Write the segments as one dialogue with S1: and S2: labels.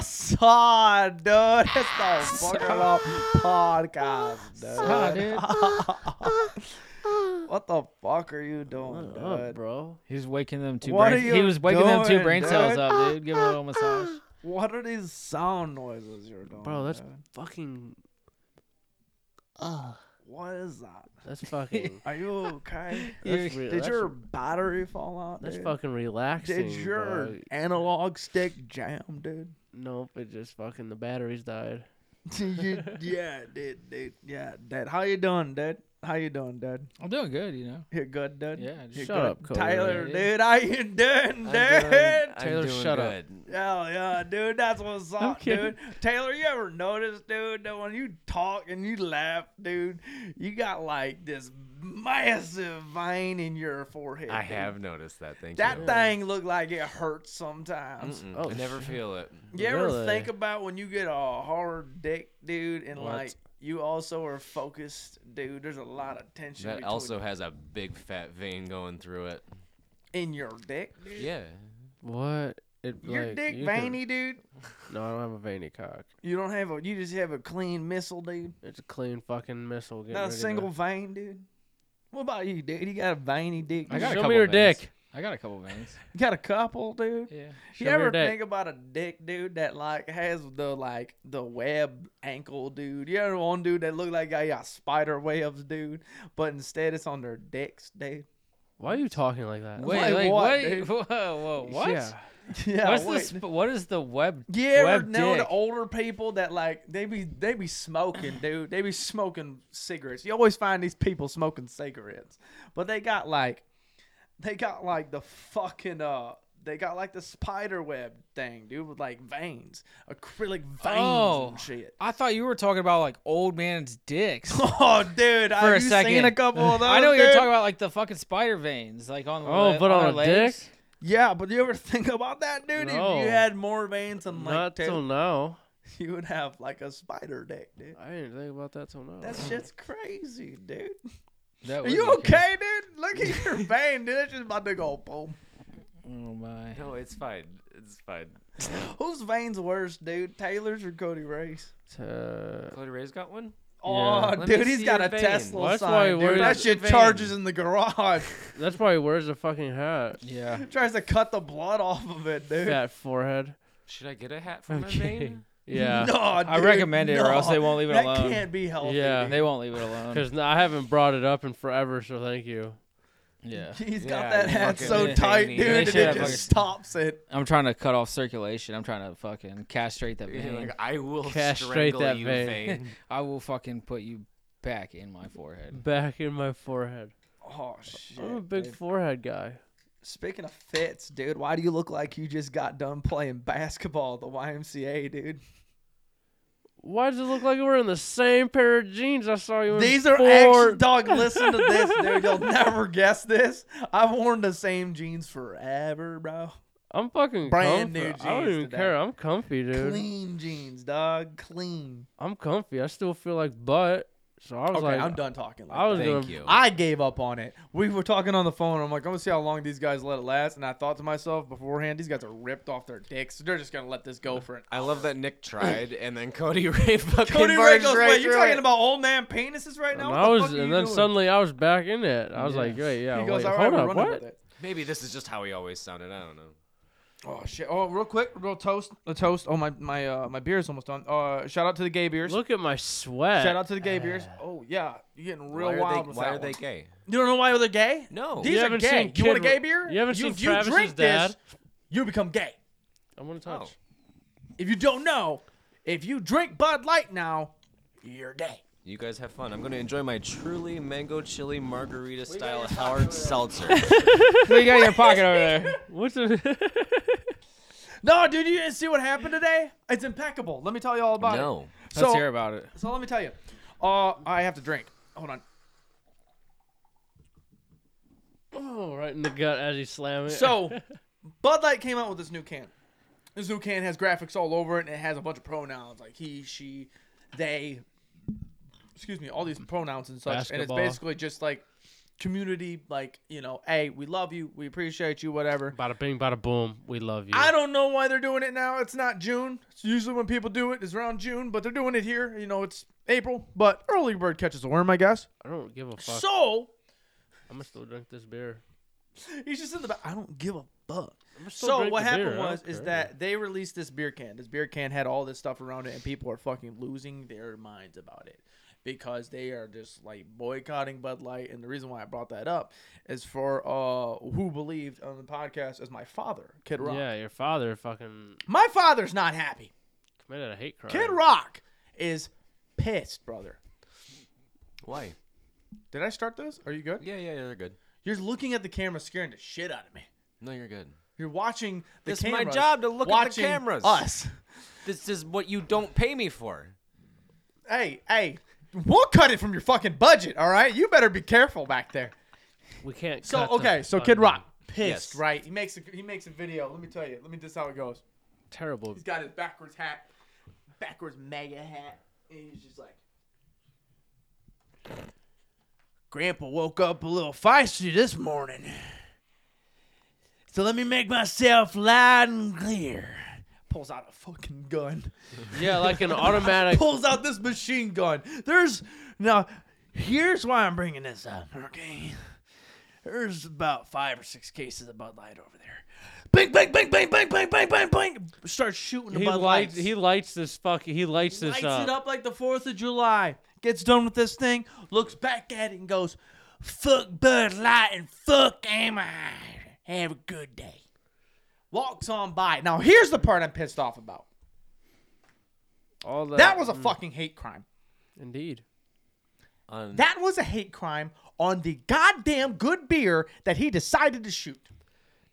S1: Sod, dude. It's the Booger Love podcast,
S2: Sod,
S1: dude.
S2: dude.
S1: what the fuck are you doing,
S2: What up,
S1: dude?
S2: bro? He was waking them two.
S1: What
S2: Brain,
S1: are
S2: he
S1: you
S2: was waking them two
S1: doing,
S2: brain cells
S1: dude?
S2: up, dude. Give him a little massage.
S1: What are these sound noises you're doing?
S3: Bro, that's
S1: dude?
S3: fucking.
S1: What is that?
S3: That's fucking.
S1: Are you okay?
S3: That's real-
S1: Did
S3: that's-
S1: your battery fall out?
S3: That's
S1: dude?
S3: fucking relaxing.
S1: Did your
S3: dog.
S1: analog stick jam, dude?
S3: Nope, it just fucking the batteries died.
S1: You- yeah, dude, dude, yeah, dude. How you doing, dude? How you doing, dude?
S2: I'm doing good, you know.
S1: You good, dude?
S2: Yeah, just
S1: You
S3: shut up, Cody.
S1: Tyler,
S2: Yeah.
S1: dude. How you doing, dude?
S2: Taylor, shut up.
S1: Hell yeah, dude. That's what's up,
S3: kidding.
S1: dude. Taylor, you ever noticed, dude, that when you talk and you laugh, dude, you got like this massive vein in your forehead.
S4: I
S1: dude.
S4: have noticed that. Thank
S1: That
S4: you.
S1: thing looked like it hurts sometimes.
S4: Mm-mm,
S3: Oh,
S4: I never feel it.
S1: You ever
S3: Really?
S1: think about when you get a hard dick, dude, and
S3: What?
S1: like you also are focused, dude? There's a lot of tension
S4: That
S1: between-
S4: also has a big fat vein going through it.
S1: in your dick. dude.
S4: Yeah.
S3: What? It,
S1: Your
S3: like,
S1: dick
S3: you could-
S1: veiny, dude.
S3: No, I don't have a veiny cock.
S1: You don't have a. You just have a clean missile, dude.
S3: It's a clean fucking missile. getting
S1: Not a
S3: ready to-
S1: single vein, dude. What about you, dude? You got a veiny dick.
S2: I
S1: dude?
S2: got a
S3: Show
S2: couple
S3: me your
S2: veins.
S3: dick.
S2: I got a couple veins.
S1: You got a couple, dude.
S2: Yeah.
S3: Show
S1: you
S3: me
S1: ever
S3: your dick.
S1: think about a dick, dude, that like has the like the web ankle, dude? You ever one dude that look like I got spider webs, dude, but instead it's on their dicks, dude.
S3: Why are you talking like that?
S2: Wait,
S1: Like
S2: wait,
S1: what,
S2: wait.
S1: dude?
S2: Whoa, whoa, what?
S3: Yeah.
S1: Yeah,
S2: What's
S1: wait.
S2: this? What is the web?
S1: You ever
S2: web
S1: know the
S2: dick?
S1: older people that like they be they be smoking, dude. They be smoking cigarettes. You always find these people smoking cigarettes, but they got like they got like the fucking uh they got like the spider web thing, dude, with like veins, acrylic veins
S2: Oh.
S1: and shit.
S2: I thought you were talking about like old man's dicks.
S1: Oh, dude,
S2: For
S1: have
S2: a
S1: you seen
S2: second.
S1: a couple of those?
S2: I know you're
S1: dude?
S2: talking about like the fucking spider veins, like on.
S3: Oh,
S2: le-
S3: but on
S2: their
S3: a
S2: legs.
S3: dick?
S1: Yeah, but you ever think about that, dude?
S3: No.
S1: If you had more veins than like
S3: Not till
S1: two,
S3: now.
S1: you would have like a spider dick, dude.
S3: I didn't think about that till now.
S1: That shit's crazy, dude.
S2: That
S1: Are
S2: would
S1: you
S2: be crazy.
S1: okay, dude? Look at your vein, dude. It's just about to go boom.
S2: Oh my.
S4: No, it's fine. It's fine.
S1: Whose vein's worse, dude? Taylor's or Cody Ray's?
S3: Uh,
S4: Chloe Ray's got one.
S1: Oh,
S3: Yeah.
S4: Let me
S1: dude, he's
S4: see
S1: got
S4: your
S1: a
S4: vein.
S1: Tesla
S3: Well, that's why
S1: sign,
S3: he
S1: dude. That
S3: wears-
S1: shit
S4: vein.
S1: charges in the garage.
S3: that's probably where's the fucking hat?
S2: Yeah.
S1: Tries to cut the blood off of it, dude.
S3: Fat forehead.
S4: Should I get a hat for my
S3: Okay.
S4: vein?
S3: Yeah.
S1: No,
S2: I
S1: dude,
S2: recommend it, or
S1: no.
S2: else they won't leave it
S1: that
S2: alone.
S1: can't be healthy.
S3: Yeah.
S1: dude.
S2: They won't leave it alone.
S3: Because I haven't brought it up in forever, so thank you.
S2: Yeah.
S1: He's got
S4: Yeah,
S1: that
S4: you
S1: hat
S4: fucking
S1: so
S4: veiny.
S1: tight,
S4: They
S1: dude, and
S2: should
S1: it
S2: have
S1: just
S2: fucking-
S1: stops it.
S2: I'm trying to cut off circulation. I'm trying to fucking castrate that
S4: Yeah,
S2: vein.
S4: like, I will
S3: Castrate
S4: strangle
S3: that
S4: you,
S3: vein.
S4: vein.
S2: I will fucking put you back in my forehead.
S3: Back in my forehead.
S1: Oh shit.
S3: I'm a big
S1: dude.
S3: forehead guy.
S1: Speaking of fits, dude, why do you look like you just got done playing basketball at the YMCA, dude?
S3: Why does it look like we're in the same pair of jeans I saw you in?
S1: These are
S3: four-
S1: actually, dog. Listen to this, dude. You'll never guess this. I've worn the same jeans forever, bro.
S3: I'm fucking
S1: brand
S3: comfy.
S1: new
S3: I don't
S1: jeans
S3: even
S1: today.
S3: care. I'm comfy, dude.
S1: Clean jeans, dog. Clean.
S3: I'm comfy. I still feel like butt. So I was
S1: Okay,
S3: like,
S1: I'm done talking. Like
S3: I was
S1: that.
S4: Thank
S3: gonna-
S4: you.
S1: I gave up on it. We were talking on the phone. I'm like, I'm gonna see how long these guys let it last. And I thought to myself beforehand, these guys are ripped off their dicks. They're just gonna let this go for an.
S4: I love that Nick tried, and then Cody Ray fucking
S1: Cody Ray
S4: barged
S1: goes,
S4: right
S1: "Wait, you're
S4: through
S1: talking
S4: it."
S1: about old man penises right
S3: and
S1: now?"
S3: I
S1: What the
S3: was,
S1: fuck are
S3: and
S1: you
S3: then
S1: doing?"
S3: suddenly I was back in it. I was
S2: Yeah.
S3: like, wait, yeah,
S1: he goes,
S3: wait,
S1: "All right,
S3: hold
S1: we're
S3: up,
S1: running
S3: what?
S1: with it."
S4: Maybe this is just how he always sounded. I don't know.
S1: Oh shit! Oh, real quick, real toast, a toast. Oh my my uh my beer's almost done. Uh, shout out to the gay beers.
S3: Look at my sweat.
S1: Shout out to the gay beers. Oh yeah, you're getting real
S4: why
S1: wild
S4: are they,
S1: with
S4: why
S1: that
S4: are they
S1: one.
S4: gay?
S1: You don't know why they're gay?
S4: No.
S1: These
S3: You
S1: are
S3: haven't
S1: gay.
S3: seen
S1: you want a
S3: Kid-
S1: gay beer?
S3: you haven't
S1: you,
S3: seen
S1: if you
S3: Travis's
S1: drink
S3: dad?
S1: This, you become gay.
S3: I'm gonna
S4: Oh.
S3: touch.
S1: If you don't know, if you drink Bud Light now, you're gay.
S4: You guys have fun. I'm going to enjoy my truly mango chili margarita style Howard Seltzer.
S2: what you got in your pocket over there?
S3: What's it?
S1: No, dude, you didn't see what happened today. It's impeccable. Let me tell you all about it.
S4: no.
S2: Let's
S1: So-
S2: hear about it.
S1: So let me tell you. Uh, I have to drink. Hold on.
S3: Oh, right in the gut as you slam it.
S1: So, Bud Light came out with this new can. This new can has graphics all over it, and it has a bunch of pronouns like he, she, they. Excuse me, all these pronouns and such, and it's
S3: Basketball.
S1: basically just like community like you know hey we love you we appreciate you whatever
S3: Bada bing, bada boom. We love you.
S1: i don't know why they're doing it now it's not june it's usually when people do it is around june but they're doing it here you know it's april but early bird catches the worm i guess
S3: I don't give a fuck.
S1: so
S3: I'm gonna still drink this beer.
S1: he's just in the back i don't give a fuck
S3: I'm still
S1: so
S3: drink
S1: what
S3: the
S1: happened
S3: beer, I don't
S1: was is
S3: care.
S1: that they released this beer can. This beer can had all this stuff around it, and people are fucking losing their minds about it because they are just like boycotting Bud Light. And the reason why I brought that up is for uh who believed on the podcast as my father, Kid Rock.
S3: Yeah, your father fucking
S1: My father's not happy.
S3: committed a hate crime.
S1: Kid Rock is pissed, brother.
S4: Why?
S1: Did I start this? Are you good?
S4: Yeah, yeah, yeah, they're good.
S1: You're looking at the camera, scaring the shit out of me.
S4: No, you're good.
S1: You're watching the
S4: It's my
S1: cameras.
S4: job to look at the
S1: watching
S4: cameras.
S1: Us.
S4: This is what you don't pay me for.
S1: hey, hey, we'll cut it from your fucking budget, all right? You better be careful back there.
S3: We can't.
S1: So
S3: cut the
S1: okay, so Kid
S3: fucking
S1: Rock pissed,
S4: Yes.
S1: right? He makes a he makes a video. Let me tell you. Let me just how it goes.
S3: Terrible.
S1: He's got his backwards hat, backwards mega hat, and he's just like. Grandpa woke up a little feisty this morning. So let me make myself loud and clear. Pulls out a fucking gun
S3: Yeah, like an automatic.
S1: pulls out this machine gun. There's now. Here's why I'm bringing this up. Okay, there's about five or six cases of Bud Light over there. Bing, bing, bing, bing, bing, bing, bing, bing, bing. Starts shooting the
S3: he
S1: Bud
S3: lights.
S1: Lights.
S3: He lights this fucking. He lights this
S1: lights
S3: up.
S1: it up like the Fourth of July. Gets done with this thing. Looks back at it and goes, "Fuck Bud Light and fuck am I. Have a good day." Walks on by. Now here's the part I'm pissed off about.
S3: All that.
S1: That was a fucking hate crime.
S3: Indeed.
S4: On
S1: That was a hate crime on the goddamn good beer that he decided to shoot.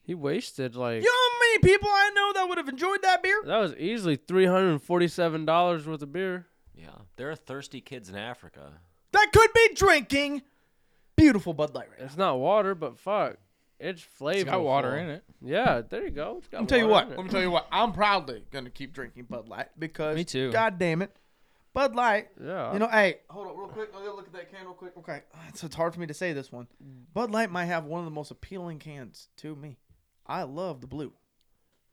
S3: He wasted like
S1: You know how many people I know that would have enjoyed that beer?
S3: that was easily three hundred and forty-seven dollars worth of beer.
S4: yeah, there are thirsty kids in Africa.
S1: That could be drinking beautiful Bud Light right now.
S3: It's not water, but fuck, it's flavor.
S2: It's got water in it.
S3: Yeah, there you go. It's got
S1: Let me tell you what.
S3: water in it.
S1: Let me tell you what. I'm proudly gonna keep drinking Bud Light because
S2: Me too.
S1: God damn it, Bud Light.
S3: Yeah.
S1: You know, hey, hold on real quick. I gotta look at that can real quick. Okay, it's, it's hard for me to say this one. Bud Light might have one of the most appealing cans to me. I love the blue.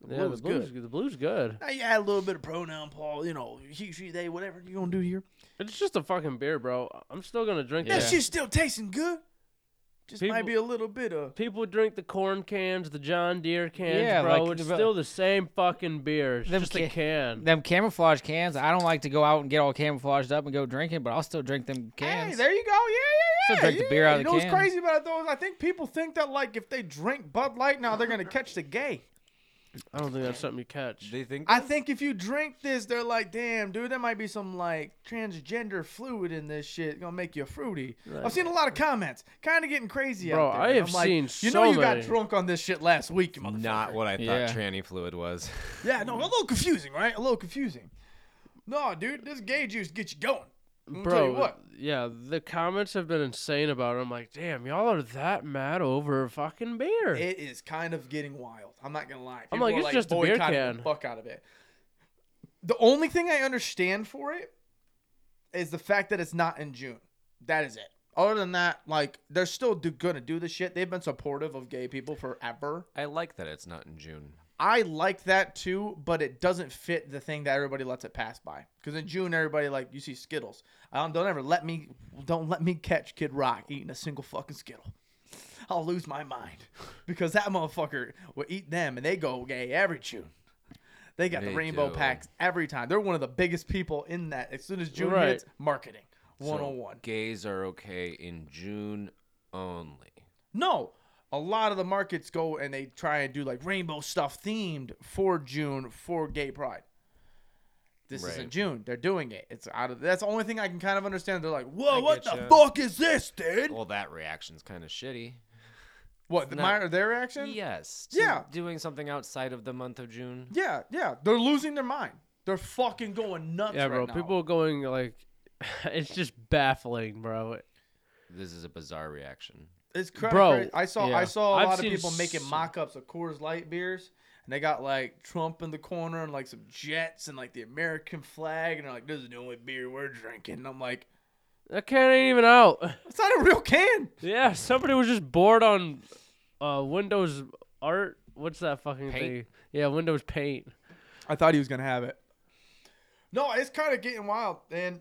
S1: The
S3: yeah,
S1: blue
S3: the
S1: is good.
S3: blue's good. The blue's good.
S1: Now you add a little bit of pronoun, Paul. You know, he, she, they, whatever you gonna do here.
S3: It's just a fucking beer, bro. I'm still gonna drink
S1: That
S3: that.
S1: shit's still tasting good. Just might
S3: People-
S1: be a little bit of.
S3: People drink the corn cans, the John Deere cans,
S2: Yeah,
S3: bro.
S2: like
S3: it's
S2: the-
S3: still the same fucking beer. It's
S2: Them
S3: just a
S2: ca-
S3: can.
S2: Them camouflage cans. I don't like to go out and get all camouflaged up and go drinking, but I'll still drink them
S1: Hey,
S2: cans.
S1: there you go. Yeah, yeah, yeah.
S2: Still drink the beer
S1: yeah.
S2: out of
S1: you
S2: the
S1: know
S2: can.
S1: what's crazy about those? I think people think that like if they drink Bud Light now, they're gonna catch the gay.
S3: I don't think that's something you catch.
S4: They think
S1: I think if you drink this, they're like, damn, dude, there might be some like transgender fluid in this shit. Gonna make you fruity. I've seen a lot of comments, kind of getting crazy
S3: Bro,
S1: out there.
S3: I
S1: and
S3: have
S1: I'm like,
S3: seen
S1: You
S3: so
S1: know, you got
S3: many.
S1: drunk on this shit last week, you motherfucker.
S4: not what I thought
S2: Yeah.
S4: tranny fluid was.
S1: Yeah, no, a little confusing, right? A little confusing. No, dude, this gay juice gets you going. I'm
S3: Bro,
S1: tell you what.
S3: yeah, the comments have been insane about it. I'm like, damn, y'all are that mad over a fucking beer.
S1: It is kind of getting wild. I'm not gonna lie.
S3: I'm like,
S1: are,
S3: it's just a beer
S1: boycotting
S3: can.
S1: The fuck out of it. The only thing I understand for it is the fact that it's not in June. That is it. Other than that, like they're still do, gonna do the shit. They've been supportive of gay people forever.
S4: I like that it's not in June.
S1: I like that too, but it doesn't fit the thing that everybody lets it pass by. Because in June, everybody like you see Skittles. I don't, don't ever let me don't let me catch Kid Rock eating a single fucking Skittle. I'll lose my mind because that motherfucker will eat them, and they go gay every June. They got the
S4: They
S1: rainbow
S4: do.
S1: packs every time. They're one of the biggest people in that. As soon as June
S3: Right.
S1: hits, marketing
S4: So
S1: one on one.
S4: Gays are okay in June only.
S1: No, a lot of the markets go and they try and do like rainbow stuff themed for June for Gay Pride. This
S4: Right.
S1: isn't June. They're doing it. It's out of. That's the only thing I can kind of understand. They're like, "Whoa, what the
S4: getcha.
S1: fuck is this, dude?"
S4: Well, that reaction's kind of shitty.
S1: what the,
S4: not-
S1: my, their action?
S4: Yes. to
S1: Yeah.
S4: Doing something outside of the month of June.
S1: yeah, yeah. They're losing their mind. They're fucking going nuts.
S3: yeah,
S1: right
S3: bro,
S1: now.
S3: people are going like, it's just baffling, bro.
S4: This is a bizarre reaction.
S1: It's cra-
S3: Bro,
S1: crazy. I saw
S3: yeah.
S1: I saw a
S3: I've
S1: lot of
S3: seen
S1: people making
S3: so-
S1: mock-ups of Coors Light beers, and they got like Trump in the corner and like some jets and like the American flag, and they're like, "This is the only beer we're drinking." And I'm like,
S3: That can ain't even out.
S1: It's not a real can.
S3: yeah, somebody was just bored on uh, Windows Art. What's that fucking
S2: Paint?
S3: thing? Yeah, Windows Paint.
S1: I thought he was gonna have it. No, it's kind of getting wild, and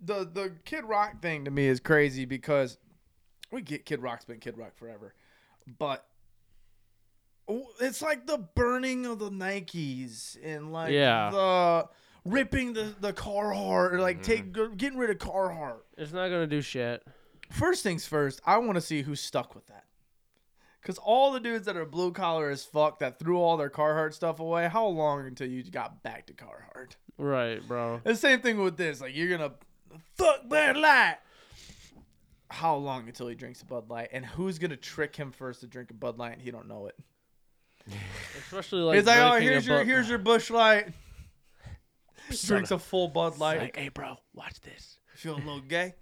S1: the the Kid Rock thing to me is crazy because we get Kid Rock's been Kid Rock forever, but oh, it's like the burning of the Nikes and like
S3: Yeah.
S1: the ripping the the Carhartt, or like take getting rid of Carhartt.
S3: It's not gonna do shit.
S1: First things first, I want to see who's stuck with that. Cause all the dudes that are blue collar as fuck that threw all their Carhartt stuff away. How long until you got back to Carhartt?
S3: Right, bro.
S1: The same thing with this. Like you're gonna fuck Bud Light. How long until he drinks a Bud Light? And who's gonna trick him first to drink a Bud Light and he don't know it?
S3: Especially like.
S1: it's like, oh,
S3: breaking a
S1: here's your
S3: book.
S1: here's your Bush Light. Drinks a full Bud Light.
S3: Like, hey, bro, watch this.
S1: Feeling a little gay.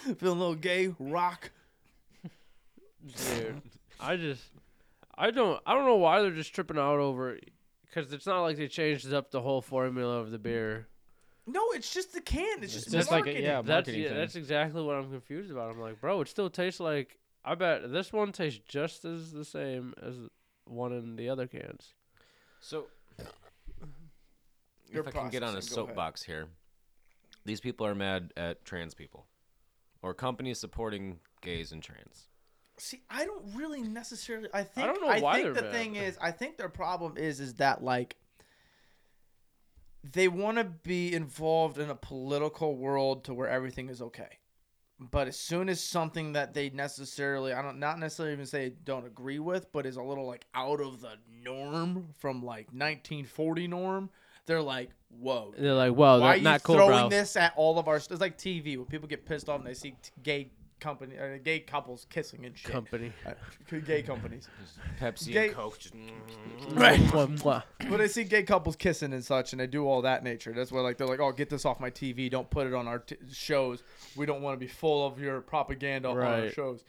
S1: Feeling a little gay. Rock.
S3: dude. I just, I don't, I don't know why they're just tripping out over, because it's not like they changed up the whole formula of the beer.
S1: No, it's just the can. It's just,
S2: It's just like a-
S1: marketing.
S2: yeah,
S3: That's
S2: marketing
S3: yeah,
S2: thing.
S3: that's exactly what I'm confused about. I'm like, bro, it still tastes like. I bet this one tastes just as the same as one in the other cans.
S4: So,
S1: Your
S4: if I can get on a
S1: processing, go ahead.
S4: soapbox here, these people are mad at trans people or companies supporting gays and trans.
S1: See, I don't really necessarily. I think. I
S3: don't know why
S1: think
S3: they're
S1: the
S3: bad.
S1: thing is, I think their problem is, is that like they want to be involved in a political world to where everything is okay. But as soon as something that they necessarily, I don't, not necessarily even say don't agree with, but is a little like out of the norm from like 1940 norm, they're like, whoa,
S3: And they're like, whoa,
S1: why are
S3: that's
S1: you
S3: Oh, not cool,
S1: throwing
S3: bro.
S1: this at all of our? It's like TV when people get pissed off and they see t- gay company or gay couples kissing and shit.
S3: Company.
S1: Uh, gay companies.
S4: Pepsi
S1: Gay-
S4: and Coke. Just,
S1: Right.
S3: Mwah, mwah.
S1: but they see gay couples kissing and such, and they do all that nature. That's why, like, they're like, "Oh, get this off my TV. Don't put it on our t- shows. We don't want to be full of your propaganda on our
S3: Right.
S1: shows."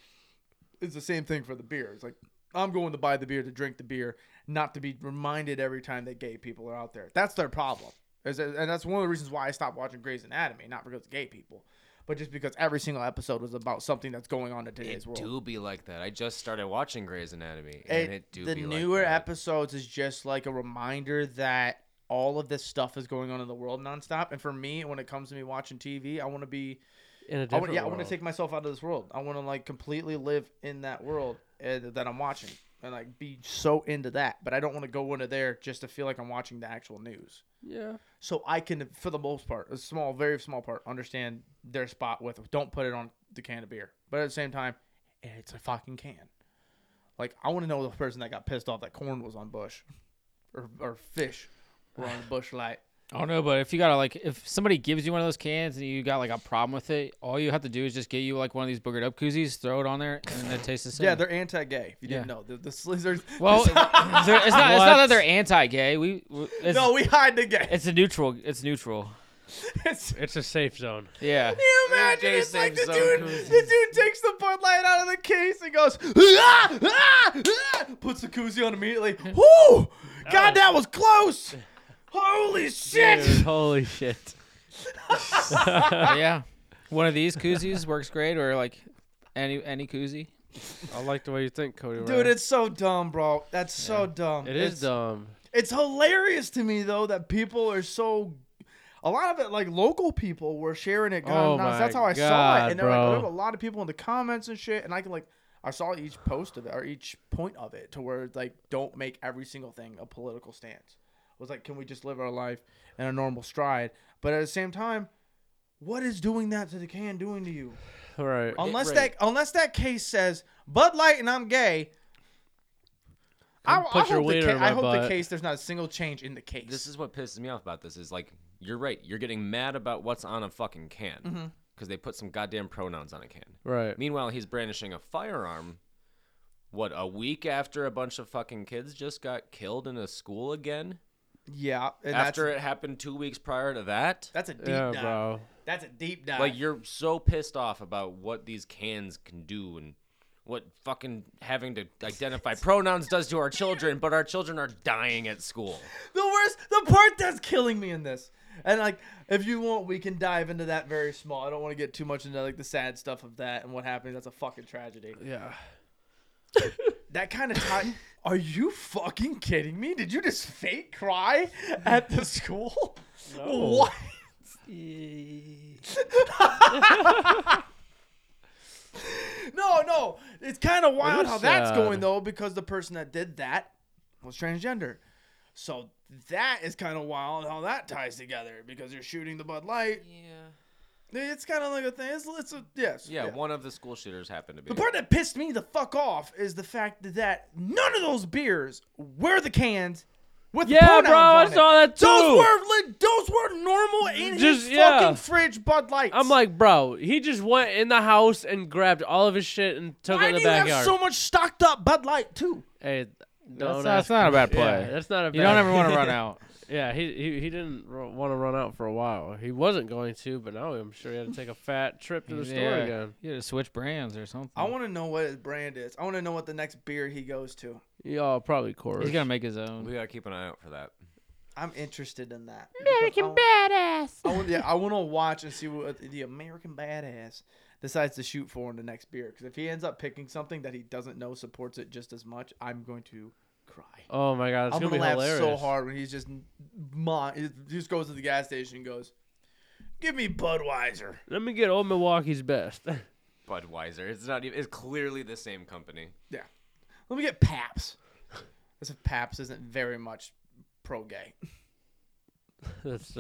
S1: It's the same thing for the beer. It's like I'm going to buy the beer to drink the beer, not to be reminded every time that gay people are out there. That's their problem, Is that- and that's one of the reasons why I stopped watching Grey's Anatomy. Not because of gay people, but just because every single episode was about something that's going on in today's
S4: it
S1: world.
S4: do be like that. I just started watching Grey's Anatomy,
S1: it,
S4: and it, do
S1: the
S4: be
S1: newer
S4: like that.
S1: episodes is just like a reminder that all of this stuff is going on in the world nonstop. And for me, when it comes to me watching TV, I want to be,
S3: In a
S1: I
S3: different
S1: want, yeah, I want
S3: world.
S1: to take myself out of this world. I want to like completely live in that world uh, that I'm watching and like be so into that. But I don't want to go into there just to feel like I'm watching the actual news.
S3: Yeah.
S1: So I can, for the most part, a small, very small part, understand their spot with don't put it on the can of beer. But at the same time, it's a fucking can. Like I want to know the person that got pissed off that corn was on bush, or or fish were on bush light.
S2: I don't know, but if you gotta like, if somebody gives you one of those cans and you got like a problem with it, all you have to do is just get you like one of these boogered up koozies, throw it on there, and it tastes the same.
S1: Yeah, they're anti-gay. If you didn't
S2: Yeah.
S1: know, the, the slizards.
S2: well, they're- it's not. It's not that
S3: What?
S2: they're anti-gay. We, we- it's,
S1: no, we hide the gay.
S2: it's a neutral. It's neutral.
S1: It's,
S3: It's a safe zone.
S2: Yeah.
S1: Can you imagine?
S4: Jay
S1: It's like the
S4: Simpson
S1: dude,
S4: koozies.
S1: the dude takes the Bud Light out of the case and goes, ah, ah, ah, puts the koozie on immediately.
S3: Oh.
S1: Whoo! God, that was close. Holy shit!
S3: Dude, holy shit.
S2: yeah. One of these koozies works great, or like any any koozie.
S3: I like the way you think, Cody.
S1: Dude, it's so dumb, bro. That's so dumb.
S3: it is
S1: it's,
S3: dumb.
S1: It's hilarious to me though that people are so. A lot of it, like local people, were sharing it. Going
S3: Oh
S1: nuts. That's
S3: my
S1: how I saw it,
S3: God,
S1: and they're like,
S3: bro.
S1: there were a lot of people in the comments and shit, and I can like. I saw each post of it or each point of it to where like don't make every single thing a political stance. It was like, can we just live our life in a normal stride? But at the same time, what is doing that to the can doing to you?
S3: Right.
S1: Unless
S2: right.
S1: that unless that case says Bud Light and I'm gay. I,
S3: Come put
S1: I
S3: your
S1: hope, the,
S3: wiener
S1: ca-
S3: in
S1: I
S3: my
S1: hope the
S3: butt.
S1: case there's not a single change in the case.
S4: This is what pisses me off about this is like you're right. You're getting mad about what's on a fucking can because
S1: Mm-hmm.
S4: they put some goddamn pronouns on a can.
S3: Right.
S4: Meanwhile, he's brandishing a firearm. What a week after a bunch of fucking kids just got killed in a school again.
S1: yeah, and
S4: after it happened two weeks prior to that.
S1: that's, that's a deep
S3: Yeah,
S1: dive.
S3: bro.
S1: That's a deep dive.
S4: Like you're so pissed off about what these cans can do and what fucking having to identify pronouns does to our children, but our children are dying at school.
S1: the worst, the part that's killing me in this And like, if you want, we can dive into that very small. I don't want to get too much into like the sad stuff of that and what happened. That's a fucking tragedy.
S3: Yeah.
S1: That kind of time. Are you fucking kidding me? Did you just fake cry at the school? What? No, no. It's kind of wild
S3: is
S1: how that's
S3: sad.
S1: going though, because the person that did that was transgender. So that is kind of wild how that ties together because you're shooting the Bud Light. It's kind of like a thing. It's, it's a yes.
S4: Yeah, one of the school shooters happened to be.
S1: The part that pissed me the fuck off is the fact that, that none of those beers were the cans with the
S3: Yeah,
S1: pronouns
S3: bro, I
S1: on it.
S3: saw that too.
S1: Those were li- those were normal in
S3: Just-
S1: his
S3: yeah.
S1: fucking fridge Bud Lights.
S3: I'm like, bro, he just went in the house and grabbed all of his shit and took
S1: why
S3: it in
S1: do you
S3: the
S1: have
S3: backyard.
S1: so much stocked up Bud Light too?
S3: hey,
S2: That's,
S3: don't
S2: not, that's
S3: ask-
S2: not a bad play.
S3: Yeah, that's not a bad
S2: you don't ever want to run out.
S3: Yeah, he he, he didn't r- want to run out for a while. He wasn't going to, but now I'm sure he had to take a fat trip to the store
S2: yeah.
S3: again.
S2: You had to switch brands or something.
S1: I want to know what his brand is. I want to know what the next beer he goes to.
S3: Yeah, probably Coors.
S2: He's gonna make his own.
S4: we gotta keep an eye out for that.
S1: I'm interested in that. American badass. I want, yeah, I want to watch and see what the American badass decides to shoot for in the next beer. Because if he ends up picking something that he doesn't know supports it just as much, I'm going to cry.
S3: Oh my god, it's
S1: I'm
S3: gonna,
S1: gonna,
S3: be
S1: laugh
S3: hilarious.
S1: so hard when he's just mon- he just goes to the gas station and goes, "Give me Budweiser."
S3: Let me get old Milwaukee's best.
S4: Budweiser. It's not even. It's clearly the same company.
S1: Yeah, let me get Paps. As if Paps isn't very much pro gay.
S3: That's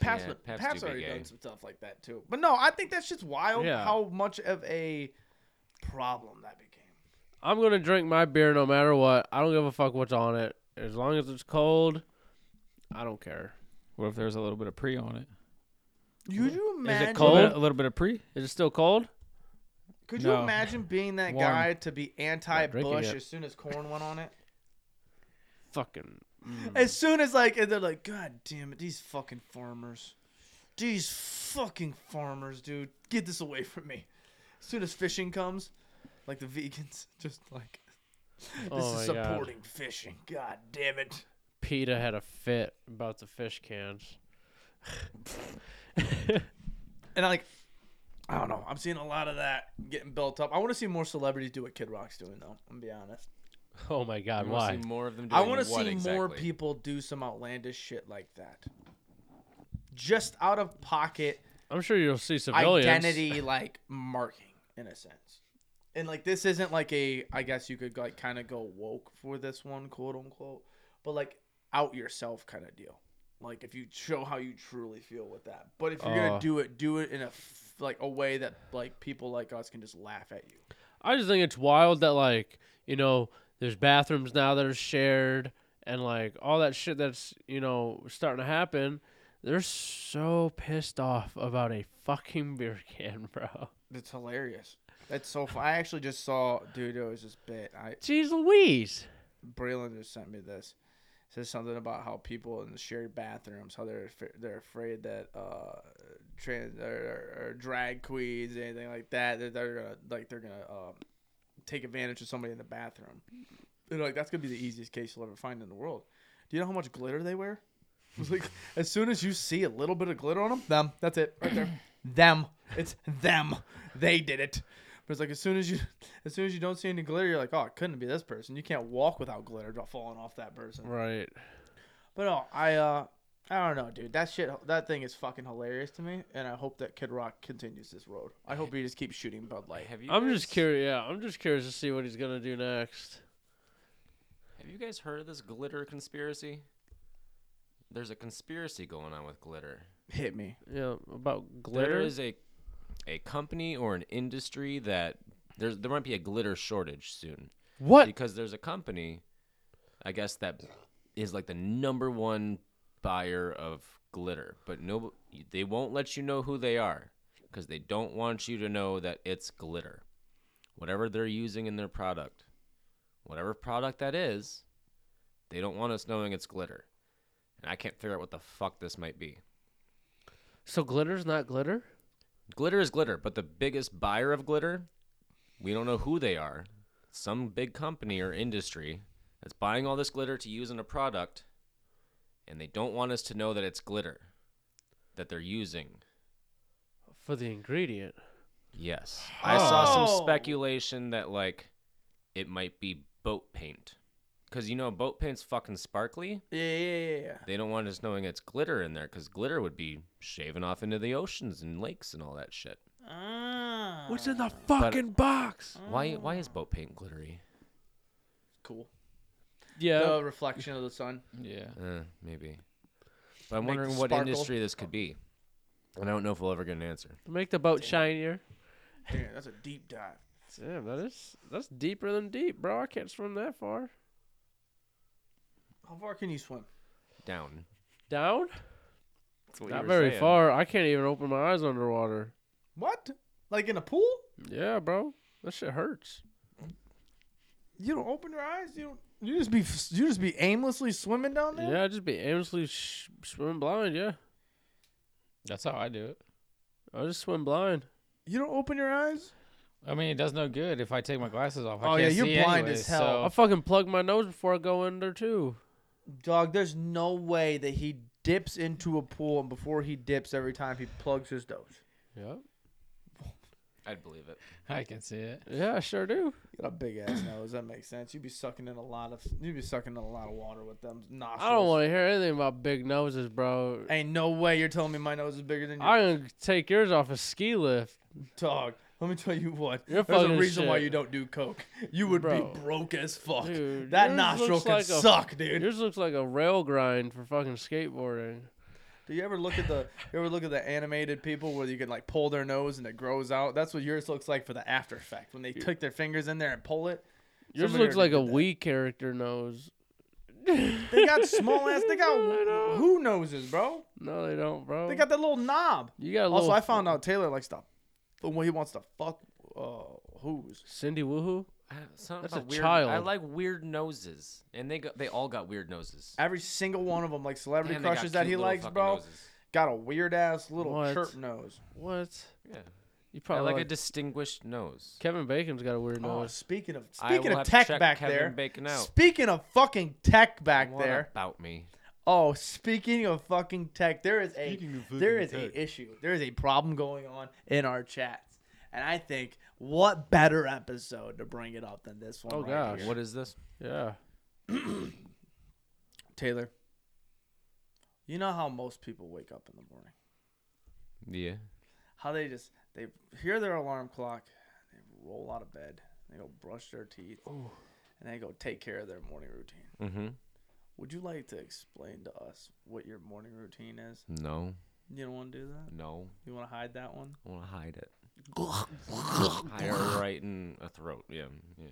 S1: Paps,
S4: Yeah,
S1: Paps,
S4: Paps do be
S1: already
S4: gay.
S1: done some stuff like that too. But no, I think that's just wild
S3: Yeah.
S1: how much of a problem that became.
S3: I'm gonna drink my beer no matter what. I don't give a fuck what's on it. As long as it's cold, I don't care.
S2: What if there was a little bit of pre on it?
S1: Could you
S3: it
S1: imagine?
S2: A little
S3: cold?
S2: bit, a little bit of pre.
S3: Is it still cold?
S1: Could you
S2: No.
S1: imagine being that
S2: Warm.
S1: guy to be
S3: drinking
S1: anti-Bush
S3: it.
S1: as soon as corn went on it?
S3: Fucking.
S1: As soon as like and they're like, God damn it, these fucking farmers, these fucking farmers, dude, get this away from me. As soon as fishing comes, like the vegans, just like this
S3: oh
S1: is
S3: my God.
S1: supporting fishing. God damn it.
S3: PETA had a fit about the fish cans.
S1: and I like I don't know. I'm seeing a lot of that getting built up. I want to see more celebrities do what Kid Rock's doing, though. I'm gonna be honest.
S3: Oh my God,
S4: I
S3: why?
S4: want to see more of them. Doing
S1: I want to
S4: what
S1: see more
S4: exactly?
S1: people do some outlandish shit like that. Just out of pocket
S3: I'm sure you'll see civilians.
S1: identity, like marking in a sense. And like this isn't like a, I guess you could like kind of go woke for this one, quote unquote, but like out yourself kind of deal. Like if you show how you truly feel with that, but if you're
S3: Uh.
S1: gonna do it, do it in a f- like a way that like people like us can just laugh at you.
S3: I just think it's wild that like you know there's bathrooms now that are shared and like all that shit that's you know starting to happen. They're so pissed off about a fucking beer can, bro.
S1: It's hilarious. That's so fun. I actually just saw, dude, it was this bit. I
S3: Jeez Louise.
S1: Braylon just sent me this. It says something about how people in the shared bathrooms, how they're af- they're afraid that uh, trans or, or, or drag queens, anything like that, that they're gonna like they're gonna um, take advantage of somebody in the bathroom. They're like that's gonna be the easiest case you'll ever find in the world. Do you know how much glitter they wear? It's like as soon as you see a little bit of glitter on them, them. That's it, right there. them. It's them. They did it. But it's like as soon as you, as soon as you don't see any glitter, you're like, oh, it couldn't be this person. You can't walk without glitter dro- falling off that person.
S3: Right.
S1: But no, I, uh, I don't know, dude. That shit, that thing is fucking hilarious to me, and I hope that Kid Rock continues this road. I hope he just keeps shooting Bud Light.
S4: Have you?
S3: I'm
S4: guys-
S3: just curious. Yeah, I'm just curious to see what he's gonna do next.
S4: Have you guys heard of this glitter conspiracy? There's a conspiracy going on with glitter.
S1: Hit me.
S3: Yeah, about
S4: There
S3: glitter.
S4: is a a company or an industry that there's there might be a glitter shortage soon
S3: what?
S4: because there's a company, I guess that is like the number one buyer of glitter, but no, they won't let you know who they are because they don't want you to know that it's glitter. Whatever they're using in their product, whatever product that is, they don't want us knowing it's glitter. And I can't figure out what the fuck this might be.
S3: So glitter's not glitter.
S4: Glitter is glitter, but the biggest buyer of glitter, we don't know who they are. Some big company or industry that's buying all this glitter to use in a product, and they don't want us to know that it's glitter. that they're using.
S3: for the ingredient.
S4: Yes. I saw
S1: Oh.
S4: some speculation that like it might be boat paint. Cuz you know boat paint's fucking sparkly.
S1: Yeah, yeah, yeah, yeah.
S4: They don't want us knowing it's glitter in there cuz glitter would be shaving off into the oceans and lakes and all that shit.
S1: Ah,
S3: What's in the fucking box?
S4: Why why is boat paint glittery?
S1: cool?
S3: Yeah,
S1: The reflection of the sun.
S2: Yeah.
S4: Uh, maybe. But I'm
S1: Make the
S4: wondering what
S1: sparkle.
S4: industry this could be. And I don't know if we'll ever get an answer.
S3: make the boat shinier.
S1: Damn, that's a deep dive.
S3: Damn, that is that's deeper than deep, bro. I can't swim that far
S1: How far can you swim?
S4: Down.
S3: down.
S4: That's what you
S3: Not
S4: were
S3: very
S4: saying.
S3: far. I can't even open my eyes underwater.
S1: What? Like in a pool?
S3: Yeah, bro, that shit hurts.
S1: You don't open your eyes. You don't. You just be you just be aimlessly swimming down there.
S3: Yeah, I'd just be aimlessly sh- swimming blind. Yeah,
S2: That's how I do it.
S3: I just swim blind.
S1: You don't open your eyes.
S2: I mean, it does no good if I take my glasses off. I
S1: Oh,
S2: can't
S1: yeah, you're
S2: see
S1: blind
S2: anyways,
S1: as hell.
S2: so-
S3: I fucking plug my nose before I go in there too.
S1: Dog, there's no way that he dips into a pool and before he dips, every time he plugs his nose.
S3: Yeah,
S4: I'd believe it.
S2: I can see it.
S3: yeah, I sure do.
S1: You got a big ass nose. That makes sense. You'd be sucking in a lot of you'd be sucking in a lot of water with them nostrils.
S3: I don't want to hear anything about big noses, bro.
S1: Ain't no way you're telling me my nose is bigger than your
S3: I'm gonna take yours off a ski lift.
S1: dog. Let me tell you what.
S3: You're
S1: There's a
S3: fucking
S1: reason why
S3: shit.
S1: you don't do coke. You would
S3: Bro.
S1: be broke as fuck.
S3: Dude,
S1: that
S3: yours
S1: nostril
S3: looks
S1: can
S3: like a-
S1: suck, dude.
S3: Yours looks like a rail grind for fucking skateboarding.
S1: Do you ever look at the you ever look at the animated people where you can like pull their nose and it grows out? That's what yours looks like for the after effect. When they took their fingers in there and pull it.
S3: Yours
S1: Somebody
S3: looks
S1: already
S3: like a
S1: did that.
S3: Wii character nose.
S1: They got small ass they got
S3: don't.
S1: who noses, bro?
S3: No, they don't, bro.
S1: They got that little knob.
S3: you got a
S1: Also
S3: little.
S1: I found out Taylor likes to well he wants to fuck uh who's.
S3: Cindy Woohoo.
S4: That's
S3: That's a
S4: weird,
S3: child.
S4: I like weird noses, and they got, they all got weird noses.
S1: Every single one of them, like celebrity
S4: And they got
S1: crushes that
S4: cute
S1: he
S4: little
S1: likes,
S4: fucking
S1: bro,
S4: noses.
S1: got a weird ass little
S3: What?
S1: chirp nose.
S3: What?
S4: Yeah,
S3: You
S4: I
S3: probably
S4: like
S3: like
S4: a distinguished nose.
S3: Kevin Bacon's got a weird
S1: Oh,
S3: nose.
S1: speaking of
S4: I
S1: speaking
S4: will
S1: of
S4: have to
S1: tech
S4: check
S1: back
S4: Kevin
S1: there,
S4: Bacon out.
S1: speaking of fucking tech back
S4: What
S1: there,
S4: about me?
S1: Oh, speaking of fucking tech, there is a there is a issue. There is a problem going on in our chats. And I think what better episode to bring it up than this one?
S3: Oh,
S1: right
S3: gosh.
S1: here.
S4: What is this?
S3: Yeah.
S1: Taylor. You know how most people wake up in the morning.
S4: Yeah,
S1: How they just they hear their alarm clock, they roll out of bed, they go brush their teeth, and they go take care of their morning routine.
S4: mm-hmm.
S1: Would you like to explain to us what your morning routine is?
S4: No,
S1: You don't want to do that?
S4: no,
S1: You want to hide that one?
S4: I want to hide it. Higher right in a throat. Yeah, yeah.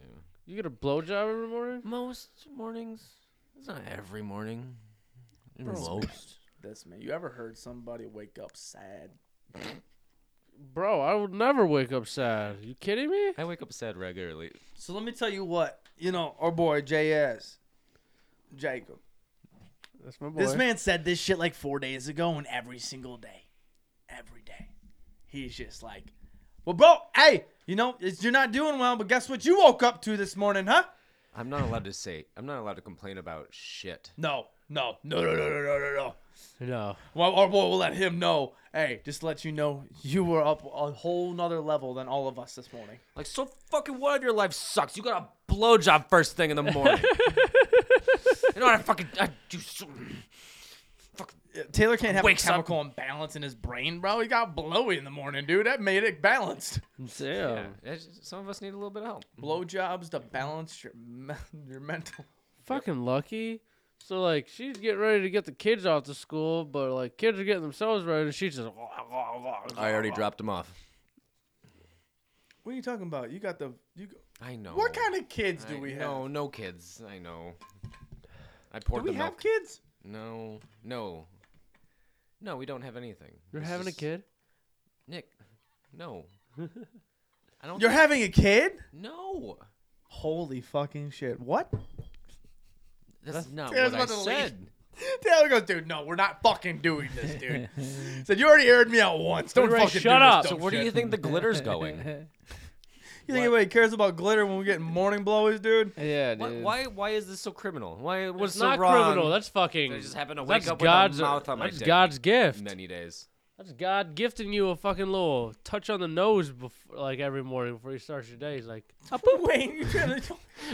S3: You get a blowjob every morning?
S4: Most mornings, it's not every morning. Most.
S1: That's me. You ever heard somebody wake up sad?
S3: Bro, I would never wake up sad. You kidding me?
S4: I wake up sad regularly.
S1: So let me tell you what, you know, our boy JS, Jacob.
S3: That's my boy.
S1: This man said this shit like four days ago, and every single day, every day, he's just like, well, bro, hey, you know, it's, you're not doing well, but guess what you woke up to this morning, huh?
S4: I'm not allowed to say. I'm not allowed to complain about shit.
S1: No, no, no, no, no, no, no, no, no.
S3: No.
S1: Well, our boy will let him know. Hey, just to let you know, you were up a whole nother level than all of us this morning.
S4: Like, so fucking what if your life sucks? You got a blowjob first thing in the morning. you know what I fucking I do so
S1: Taylor can't have
S4: Wakes
S1: a
S4: up-
S1: chemical imbalance in his brain, bro. He got blowy in the morning, dude. That made it balanced.
S3: Damn.
S4: yeah. it's just- Some of us need a little bit of help.
S1: Blowjobs to balance your me- your mental.
S3: Fucking lucky. So like she's getting ready to get the kids off to school, but like kids are getting themselves ready and she's just
S4: I already dropped him off.
S1: What are you talking about? You got the you. Go-
S4: I know.
S1: what kind of kids do we have?
S4: No, no kids. I know. I poured
S1: do we
S4: the
S1: have
S4: milk.
S1: kids?
S4: No, no, no. We don't have anything.
S3: You're
S4: This
S3: having a
S4: is-
S3: kid?
S4: Nick. No. I don't.
S1: You're having a kid?
S4: no.
S1: Holy fucking shit! What?
S4: That's, not
S1: Taylor's
S4: what I
S1: about to leave.
S4: said.
S1: Taylor goes, dude. No, we're not fucking doing this, dude. Said you already aired me out once. Don't
S3: Ray,
S1: fucking do
S3: shut
S1: this
S3: up.
S1: dumb
S4: So where do
S1: shit.
S4: you think the glitter's going?
S1: You think anybody cares about glitter when we're getting morning blowies, dude?
S2: Yeah, dude.
S4: Why, why? Why is this so criminal? Why? What's
S3: It's
S4: so
S3: not
S4: wrong?
S3: criminal. That's fucking.
S4: I just happened to wake
S3: that's
S4: up with a
S3: God's,
S4: mouth on my
S3: That's
S4: dick.
S3: God's gift.
S4: many days.
S3: That's God gifting you a fucking little touch on the nose, before, like every morning before you start your day. He's like,
S1: wait, you gonna-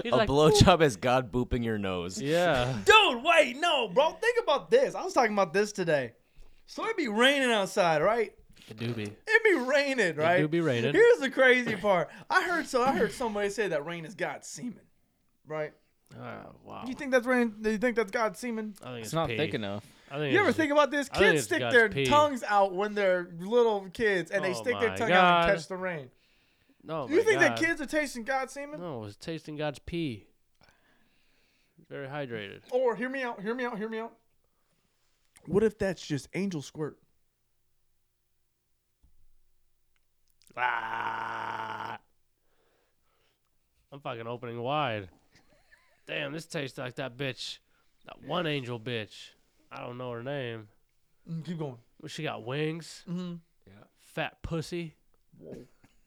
S3: he's
S4: A
S3: like,
S4: blowjob is God booping your nose.
S3: yeah.
S1: dude, wait, no, bro. Think about this. I was talking about this today. So it'd be raining outside, right?
S3: It do be.
S1: It'd be raining, right?
S3: do be raining.
S1: Here's the crazy part. I heard so. I heard somebody say that rain is God's semen, right?
S3: Oh, wow.
S1: You think that's rain? Do you think that's God's semen?
S3: I think it's,
S2: It's not
S3: pee.
S2: thick enough.
S3: I think
S1: You
S3: it's
S1: ever think about this?
S3: I think
S1: Kids
S3: it's
S1: stick
S3: God's
S1: their
S3: pee.
S1: tongues out when they're little kids, and they
S3: Oh
S1: stick their
S3: my
S1: tongue out
S3: God.
S1: and catch the rain.
S3: No,
S1: you
S3: Oh my
S1: think that
S3: God.
S1: kids are tasting God's semen?
S3: No, it was tasting God's pee. Very hydrated.
S1: Or hear me out, hear me out, hear me out. What if that's just angel squirt?
S3: Ah. I'm fucking opening wide. Damn, this tastes like that bitch. That one angel bitch. I don't know her name.
S1: Mm, keep going.
S3: But she got wings,
S1: Mm-hmm.
S3: fat pussy,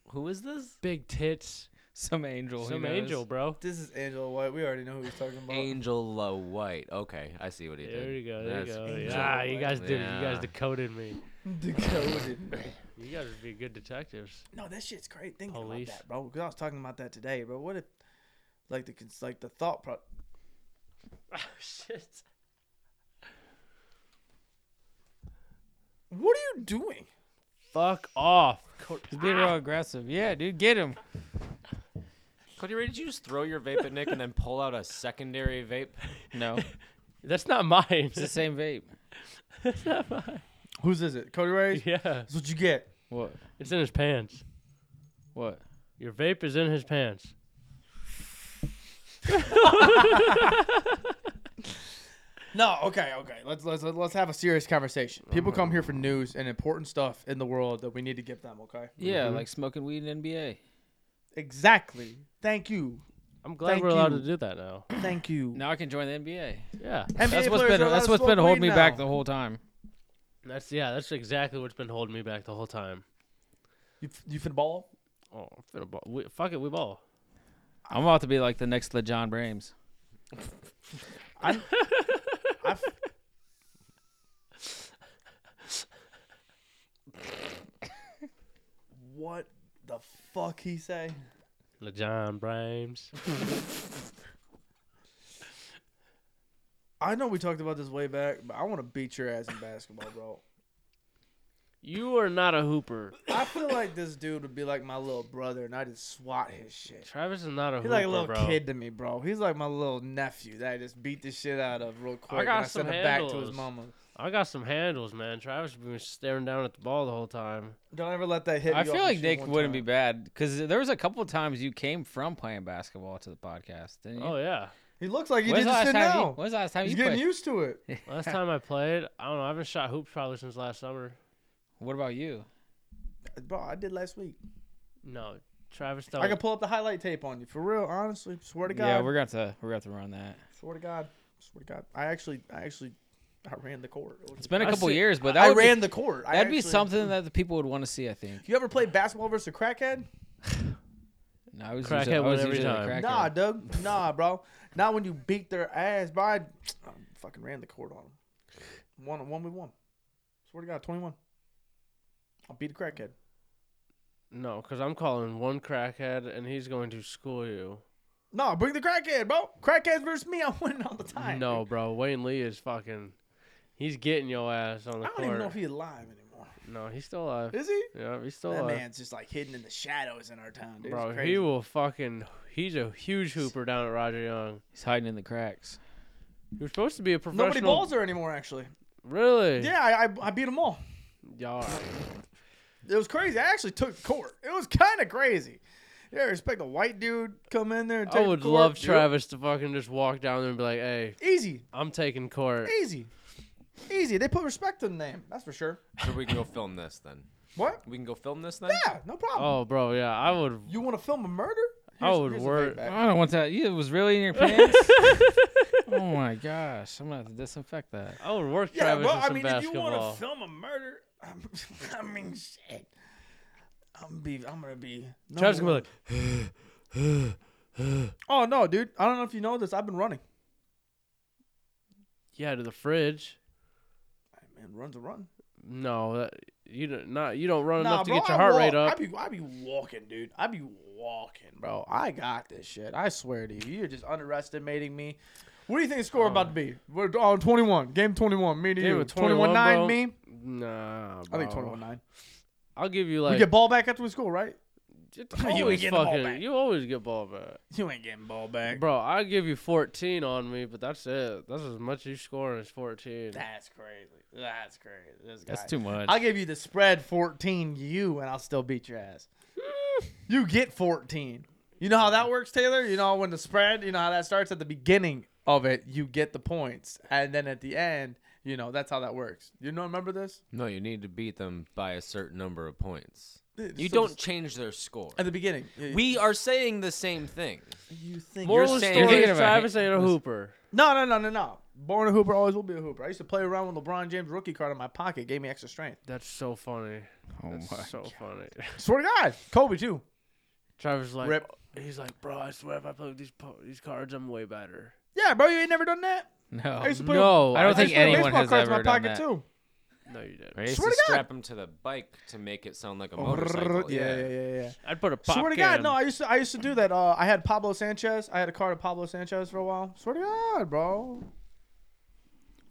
S4: Who is this?
S3: big tits.
S2: Some angel. who
S3: Some
S2: knows?
S3: angel, bro.
S1: This is Angela White. We already know who he's talking about.
S4: Angela White. Okay, I see what he did.
S3: There you go. There you
S4: That's-
S3: go.
S1: Angel
S3: Yeah, you
S1: White.
S3: guys did it. You guys
S4: Yeah.
S3: decoded me.
S1: Decoded.
S3: You guys would be good detectives.
S1: no, that shit's great. Think
S3: Police.
S1: about that, bro. Because I was talking about that today, bro. What if, like the cons- like the thought pro-
S3: Oh, shit.
S1: What are you doing?
S3: Fuck off.
S2: He's being real aggressive. Yeah, dude, get him.
S4: Cody Ray, did you just throw your vape at Nick and then pull out a secondary vape?
S2: No, it's
S3: That's not mine.
S2: the same vape.
S3: That's not mine.
S1: Whose is it? Cody Ray's.
S3: Yeah.
S1: That's what you get.
S2: What?
S3: It's in his pants.
S2: What?
S3: Your vape is in his pants.
S1: No, okay, okay. Let's let's let's have a serious conversation. People come here for news and important stuff in the world that we need to give them. Okay.
S2: Yeah,
S3: Mm-hmm.
S2: like smoking weed in NBA.
S1: Exactly. Thank you.
S3: I'm glad
S1: Thank
S3: we're allowed
S1: you.
S3: to do that now.
S1: Thank you.
S2: Now I can join the NBA.
S3: Yeah.
S1: NBA
S2: That's what's
S1: players
S2: been
S1: are allowed
S2: that's
S1: to
S2: what's
S1: smoke
S2: been holding
S1: weed
S2: me back
S1: now.
S2: the whole time.
S3: That's yeah, that's exactly what's been holding me back the whole time.
S1: You, f- you finna ball?
S3: Oh, I'm finna ball. We, fuck it, we ball.
S2: I'm about to be like the next LeJon Brames.
S1: I, I f- what the fuck he say?
S3: LeJon Brames.
S1: I know we talked about this way back, but I want to beat your ass in basketball, bro.
S3: You are not a hooper.
S1: I feel like this dude would be like my little brother, and I just swat his shit.
S3: Travis is not a
S1: He's
S3: hooper,
S1: like a little
S3: bro.
S1: kid to me, bro. He's like my little nephew that I just beat the shit out of real quick.
S3: got
S1: and I
S3: some
S1: sent him back to his
S3: handles.
S1: mama.
S3: I got some handles, man. Travis has been staring down at the ball the whole time.
S1: Don't ever let that hit
S2: I
S1: you off
S2: feel
S1: the
S2: like
S1: shoe
S2: Nick
S1: one
S2: wouldn't be
S1: time.
S2: bad because there was a couple of times you came from playing basketball to the podcast. Didn't you?
S3: Oh yeah.
S1: He looks like he
S2: When's
S1: did
S2: the
S1: just
S2: last
S1: did
S2: time you-
S1: now.
S2: when's the last time
S1: He's
S2: you
S1: getting
S2: played?
S1: used to it.
S3: Last time I played, I don't know. I haven't shot hoops probably since last summer.
S2: What about you?
S1: Bro, I did last week.
S3: No, Travis. Don't.
S1: I can pull up the highlight tape on you for real. Honestly, swear to God.
S2: Yeah, we're gonna have to we're gonna have to run that.
S1: swear to God. Swear to God. I actually, I actually, I ran the court. It was-
S2: It's been a
S3: I
S2: couple
S3: see-
S2: years, but that
S1: I
S2: would
S1: ran
S2: Be,
S1: the court. I
S2: that'd be
S1: actually-
S2: something that the people would want to see. I think.
S1: You ever played basketball versus a crackhead?
S2: No, I was
S3: Crackhead
S2: usually, I
S3: win
S2: was
S3: every
S2: usually the
S3: time.
S2: crackhead.
S1: Nah, Doug. Nah, bro. Not when you beat their ass. Bro, I I fucking ran the court on them. One, one, we won. Swear to God, twenty-one. I beat a crackhead.
S3: No, because I'm calling one crackhead and he's going to school you.
S1: Nah, bring the crackhead, bro. Crackheads versus me. I'm winning all the time.
S3: No, bro. Wayne Lee is fucking. He's getting your ass on
S1: I
S3: the
S1: don't
S3: court.
S1: even know if he's alive anymore.
S3: no, he's still alive.
S1: Is he?
S3: Yeah, he's still
S1: That
S3: alive.
S1: man's just like hidden in the shadows in our town, dude.
S3: bro,
S1: it's crazy.
S3: he will fucking. He's a huge hooper down at Roger Young.
S2: He's hiding in the cracks.
S3: You're supposed to be a professional.
S1: Nobody balls her anymore, actually.
S3: Really?
S1: Yeah, I, I, I beat them all.
S3: Y'all are-
S1: It was crazy. I actually took the court. It was kind of crazy. Yeah, expect a white dude come in there. And
S3: I
S1: take
S3: would
S1: the court.
S3: love
S1: Yep.
S3: Travis to fucking just walk down there and be like, "Hey,
S1: Easy,
S3: I'm taking court."
S1: easy, easy. They put respect to the name. That's for sure.
S4: So we can go film this then.
S1: What?
S4: We can go film this then.
S1: Yeah, no problem.
S3: Oh, bro, yeah, I would.
S1: You want to film a murder?
S3: I would
S1: the
S3: work-
S1: payback.
S2: I don't want that. You it was really in your pants. oh my gosh, I'm gonna have to disinfect that.
S3: I would work
S1: Yeah,
S3: Travis
S1: well,
S3: with
S1: I
S3: some
S1: mean, if you
S3: basketball.
S1: want to film a murder, I'm, I mean, shit. I'm be, I'm gonna be.
S3: Travis
S1: number
S3: gonna
S1: one.
S3: be
S1: Oh no, dude! I don't know if you know this. I've been running.
S3: like, "Yeah, to the fridge."
S1: Man, run's a run.
S3: No, that, you don't not you don't run
S1: Nah,
S3: enough to
S1: bro,
S3: get your
S1: I
S3: heart rate
S1: walk-
S3: up.
S1: I be, I be walking, dude. I be walking, bro. I got this shit. I swear to you, you're just underestimating me. What do you think the score about to be? Uh, We're on 21. Game 21. Me to
S3: Game
S1: you.
S3: of 21,
S1: 21-9
S3: bro.
S1: me.
S3: Nah,
S1: I think
S3: bro.
S1: 21-9.
S3: I'll give you
S1: we
S3: like
S1: get ball back after we score, right?
S3: it's
S1: You ain't
S3: always
S1: getting the ball
S3: fucking-
S1: back.
S3: You always get ball back,
S1: You ain't getting ball back.
S3: bro. I give you fourteen on me, but that's it. That's as much you score as fourteen.
S1: That's crazy. That's crazy. This
S2: That's
S1: guy.
S2: too much.
S1: I'll give you the spread 14 you, and I'll still beat your ass. you get 14. You know how that works, Taylor? You know when the spread, you know how that starts at the beginning of it, you get the points, and then at the end, you know that's how that works. You know, remember this?
S4: No, you need to beat them by a certain number of points.
S1: It's
S4: You
S1: still
S4: don't
S1: just-
S4: change their score.
S1: at the beginning.
S4: We are saying the same thing.
S1: you think
S3: Moral of
S4: You're
S3: the
S4: saying-
S3: story
S2: You're thinking
S3: is
S2: about
S3: Travis
S2: it.
S3: ain't a hooper.
S1: No, no, no, no, no. Born a hooper, always will be a hooper. I used to play around with LeBron James rookie card in my pocket, gave me extra strength.
S3: That's so funny.
S2: oh
S3: That's
S2: my.
S3: so funny.
S1: Swear to God, Kobe too.
S3: Travis like oh,
S1: Rip.
S3: he's like, bro, I swear if I play with these po- these cards, I'm way better.
S1: Yeah, bro, you ain't never done that.
S2: Oh, No.
S1: I used to put
S3: no,
S2: I don't
S1: I
S2: think
S1: used to put
S2: anyone
S1: baseball
S2: has
S1: cards in my
S2: ever done
S1: pocket
S2: that.
S1: too.
S3: No, you didn't.
S4: I used
S1: Swear
S4: to
S1: to God.
S4: strap them to the bike to make it sound like a motorcycle.
S1: Yeah, yeah, yeah, yeah.
S3: I'd put a pop
S1: Swear to
S3: can.
S1: God, no, I used to I used to do that. Uh, I had Pablo Sanchez. I had a card of Pablo Sanchez for a while. Swear to God, bro.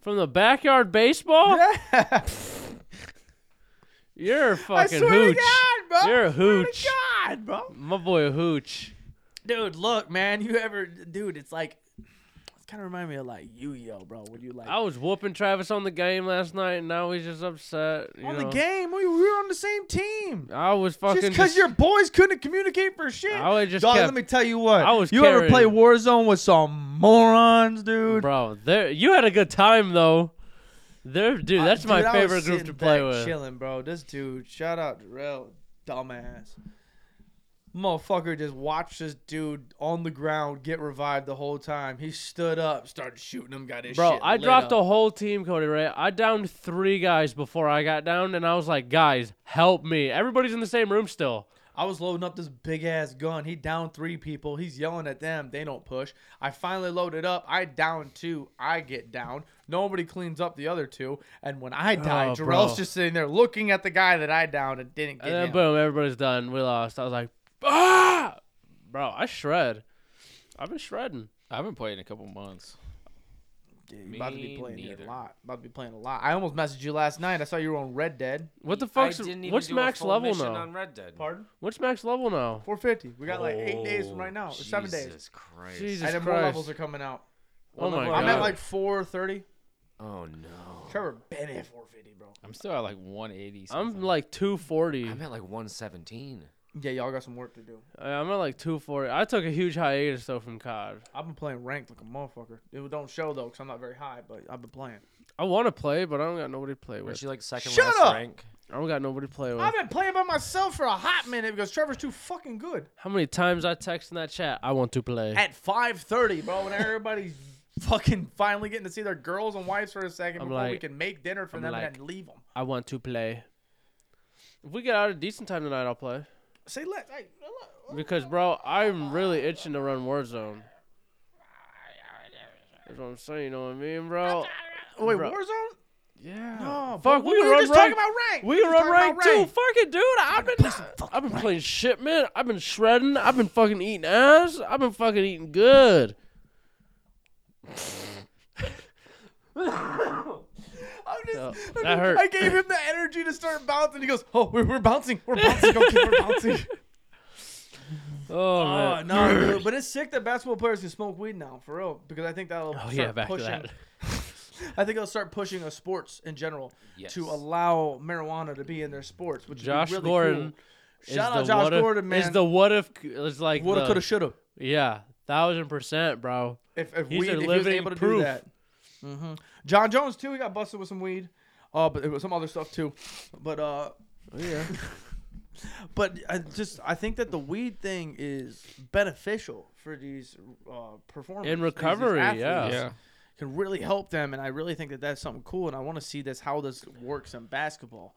S3: From the backyard baseball?
S1: Yeah.
S3: You're a
S1: I
S3: fucking
S1: swear
S3: hooch.
S1: to God, bro.
S3: You're a
S1: Swear to
S3: hooch.
S1: God, bro.
S3: My boy a hooch.
S1: Dude, look, man. You ever, dude? It's like, it's kind of remind me of like Yu-Gi-Oh, bro. Would you like
S3: I was whooping Travis on the game last night, and now he's just upset. you
S1: on
S3: know.
S1: the game? We, we were on the same team.
S3: I was fucking.
S1: Just because
S3: just-
S1: your boys couldn't communicate for shit.
S3: I was just
S1: Dog,
S3: kept-
S1: let me tell you what.
S3: I was
S1: you ever
S3: carrying-
S1: play Warzone with some morons, dude?
S3: Bro, there you had a good time though. There, dude,
S1: I-
S3: that's my
S1: Uh, dude, I was
S3: favorite group
S1: sitting
S3: to play
S1: back
S3: with.
S1: Chilling, bro. This dude, shout out Drell, dumbass. Motherfucker just watched this dude on the ground get revived the whole time. He stood up, started shooting him, got his
S3: Bro,
S1: shit.
S3: I
S1: lit
S3: dropped
S1: up.
S3: a whole team, Cody Ray. I downed three guys before I got down, and I was like, guys, help me. Everybody's in the same room still.
S1: I was loading up this big ass gun. He downed three people. He's yelling at them. They don't push. I finally loaded up. I down two. I get down. Nobody cleans up the other two. And when I die,
S3: Oh,
S1: Jarrell's
S3: bro. Uh,
S1: just sitting there looking at the guy that I downed and didn't get
S3: And then
S1: him.
S3: boom, everybody's done. We lost. I was like, ah! Bro, I shred. I've been shredding.
S2: I haven't played in a couple months.
S1: Yeah, you're about to be
S4: Me
S1: playing it
S4: neither.
S1: a lot. About to be playing a lot. I almost messaged you last night. I saw you were on Red Dead.
S3: What the
S4: I
S3: fuck's
S4: didn't even
S3: what's
S4: do a
S3: max
S4: full
S3: level
S4: mission
S3: now?
S4: on Red Dead.
S1: Pardon?
S3: What's max level now?
S1: 450. We got like eight days from right now. Or seven days.
S4: Oh, Jesus Christ.
S3: Jesus
S1: and then more
S3: Christ.
S1: levels are coming out.
S3: oh my
S4: level
S3: god.
S4: are
S1: I'm at
S4: you?
S1: like 430.
S4: Oh no.
S1: Trevor Bennett 450, bro.
S2: I'm still at like 180.
S3: I'm
S2: something.
S3: like 240.
S4: I'm at like 117.
S1: Yeah, y'all got some work to do.
S3: Uh, I'm at like 240. I took a huge hiatus though from COD.
S1: I've been playing ranked like a motherfucker. It don't show though, cause I'm not very high, but I've been playing.
S3: I want to play, but I don't got nobody to play
S4: Weren't
S3: with.
S4: you like second
S1: Shut
S4: last
S1: up!
S4: rank?
S3: I don't got nobody to play with.
S1: I've been playing by myself for a hot minute because Trevor's too fucking good.
S3: How many times I text in that chat? I want to play.
S1: At 5:30, bro, when everybody's fucking finally getting to see their girls and wives for a 2nd
S3: I'm
S1: before we
S3: like-
S1: can make dinner for
S3: I'm
S1: them
S3: like-
S1: and then leave them.
S3: I want to play. If we get out a decent time tonight, I'll play.
S1: Say let. Hey,
S3: Because, bro, I'm really itching to run Warzone. That's what I'm saying. You know what I mean, bro?
S1: Oh, wait,
S3: Bro.
S1: Warzone?
S3: Yeah.
S1: No,
S3: Fuck,
S1: but
S3: we can
S1: were
S3: run
S1: just
S3: rank.
S1: talking about rank.
S3: We
S1: were
S3: can
S1: just
S3: run
S1: talking about
S3: rank too. Fuck it, dude. I've been I've been playing shit, man. I've been shredding. I've been fucking eating ass. I've been fucking eating good.
S1: I'm just,
S3: No,
S1: I'm
S3: that
S1: just-
S3: hurt.
S1: I gave him the energy to start bouncing. He goes, "Oh, we're, we're bouncing. We're bouncing. Okay, we're bouncing."
S3: Oh,
S1: Oh
S3: man.
S1: no, dude, but it's sick that basketball players can smoke weed now, for real. Because I think that'll
S3: Oh
S1: start
S3: yeah, back
S1: pushing.
S3: to that.
S1: I think it'll start pushing a sports in general
S4: Yes.
S1: to allow marijuana to be in their sports, which
S3: Josh
S1: would be really
S3: Gordon.
S1: Cool.
S3: is
S1: Shout
S3: the
S1: out Josh
S3: what if-
S1: Gordon, man.
S3: Is the what if is like
S1: woulda,
S3: the-
S1: coulda, shoulda.
S3: Yeah, thousand percent, bro.
S1: If if
S3: He's
S1: weed,
S3: a
S1: if he was
S3: living
S1: able to do
S3: proof.
S1: that. hmm John Jones too. He got busted with some weed. Uh, but it was some other stuff too. But uh,
S3: yeah.
S1: but I just I think that the weed thing is beneficial for these uh performers
S3: In
S1: these- these
S3: recovery,
S1: athletes.
S3: yeah.
S2: yeah.
S1: can really help them and i really think that that's something cool and i want to see this how this works in basketball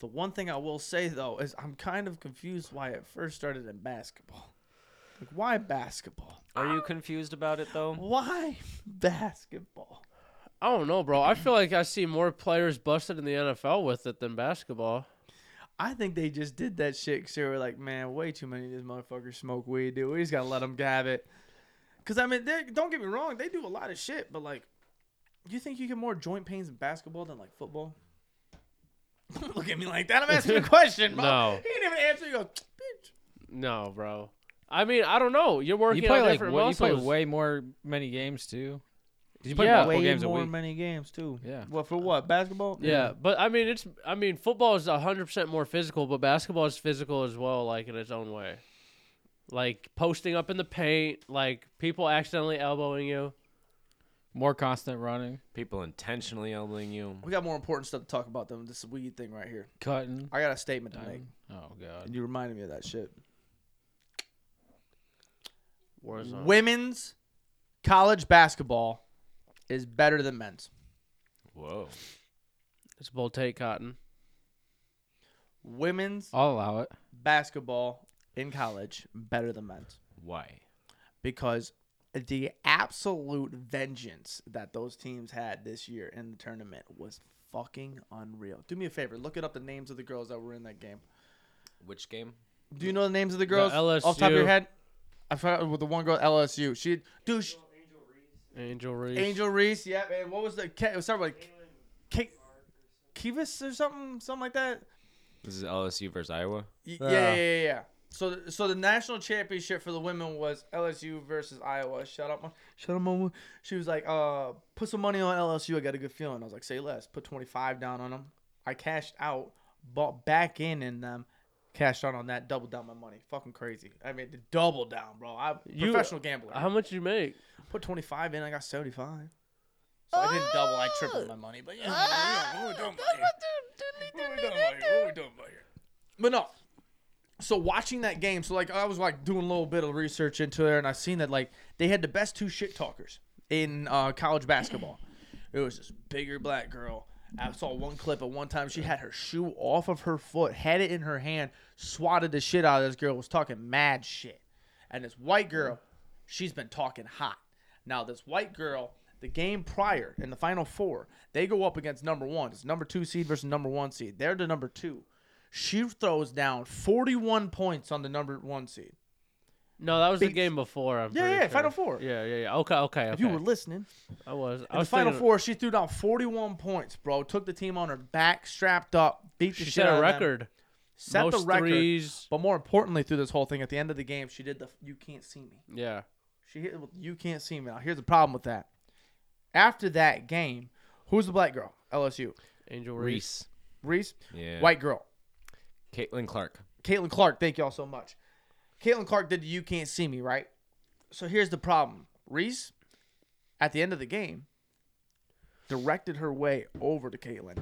S1: the one thing i will say though is i'm kind of confused why it first started in basketball like why basketball
S4: Are you confused about it though?
S1: why basketball
S3: I don't know, bro. I feel like I see more players busted in the NFL with it than basketball.
S1: I think they just did that shit because they were like, man, way too many of these motherfuckers smoke weed, dude. We just gotta let them have it. Cause I mean, they- don't get me wrong, they do a lot of shit, but like, you think you get more joint pains in basketball than like football? Don't Look at me like that. I'm asking a question, bro.
S3: No.
S1: He didn't even answer. You go, bitch.
S3: No, bro. I mean, I don't know. You're working
S2: You play
S3: on
S2: like
S3: different
S2: wa- you
S3: muscles.
S2: play way more many games too. 'Cause You play
S3: Yeah.
S2: multiple
S1: Way
S2: games a
S1: more
S2: week.
S1: many games too.
S2: Yeah.
S1: What for? What basketball?
S3: yeah, but I mean, it's. I mean, football is 100 percent more physical, but basketball is physical as well, like in its own way. Like posting up in the paint, like people accidentally elbowing you.
S2: more constant running,
S4: People intentionally elbowing you.
S1: We got more important stuff to talk about than this weed thing right here.
S2: cutting.
S1: I got a statement to make.
S2: diving. Oh god.
S1: And you reminded me of that shit.
S3: Warzone.
S1: Women's college basketball is better than men's.
S4: Whoa.
S3: It's a bold take, Cotton.
S1: Women's
S2: I'll allow it.
S1: basketball in college better than men's
S4: Why?
S1: because the absolute vengeance that those teams had this year in the tournament was fucking unreal. Do me a favor, look it up the names of the girls that were in that game.
S4: Which game?
S1: Do you know the names of the girls off the top of
S3: LSU.
S1: your head? I forgot with the one girl LSU. She dude she-
S3: Angel Reese.
S1: Angel Reese, yeah, and what was the K, it was something like K, Kivas or something, something like that.
S4: This is LSU versus Iowa.
S1: Y- Yeah, yeah, yeah, yeah. yeah. So, th- so the national championship for the women was LSU versus Iowa. Shut up, Mom. shut up, Mom. She was like, "Uh, put some money on LSU. I got a good feeling." I was like, "Say less. Put twenty five down on them." I cashed out, bought back in in them, cashed out on that, doubled down my money. Fucking crazy. I mean, double down, bro. I
S3: You-
S1: professional gambler.
S3: How much you make?
S1: Put 25 in, I got 75. So I didn't double, I tripled my money. But yeah, what we doing about here? What we doing about here? What we doing about here? But no. So watching that game, so like I was like doing a little bit of research into there, and I seen that like they had the best two shit talkers in uh, college basketball. It was this bigger black girl. I saw one clip at one time. She had her shoe off of her foot, had it in her hand, swatted the shit out of this girl. Was talking mad shit, and this white girl, she's been talking hot. Now this white girl, the game prior in the final four, they go up against number one. It's number two seed versus number one seed. They're the number two. She throws down 41 points on the number one seed.
S3: No, that was the
S1: Beats.
S3: game before. I'm
S1: Yeah,
S3: pretty
S1: yeah,
S3: sure.
S1: Final Four.
S3: Yeah, yeah, yeah. Okay, okay, okay.
S1: If you were listening,
S3: I was. I
S1: in the
S3: was
S1: final
S3: thinking-
S1: four, she threw down 41 points, bro. Took the team on her back, strapped up, beat the
S3: She
S1: shit
S3: set
S1: out
S3: a
S1: of them,
S3: record.
S1: set
S3: Most
S1: the record.
S3: threes.
S1: But more importantly, through this whole thing, at the end of the game, she did the "You Can't See Me."
S3: Yeah.
S1: She hit it with "You Can't See Me." Now, here's the problem with that. After that game, who's the black girl? LSU.
S3: Angel Reese.
S1: Reese.
S4: Yeah.
S1: White girl.
S4: Caitlin Clark.
S1: Caitlin Clark, thank y'all so much. Caitlin Clark did the You Can't See Me, right? So here's the problem. Reese, at the end of the game, directed her way over to Caitlin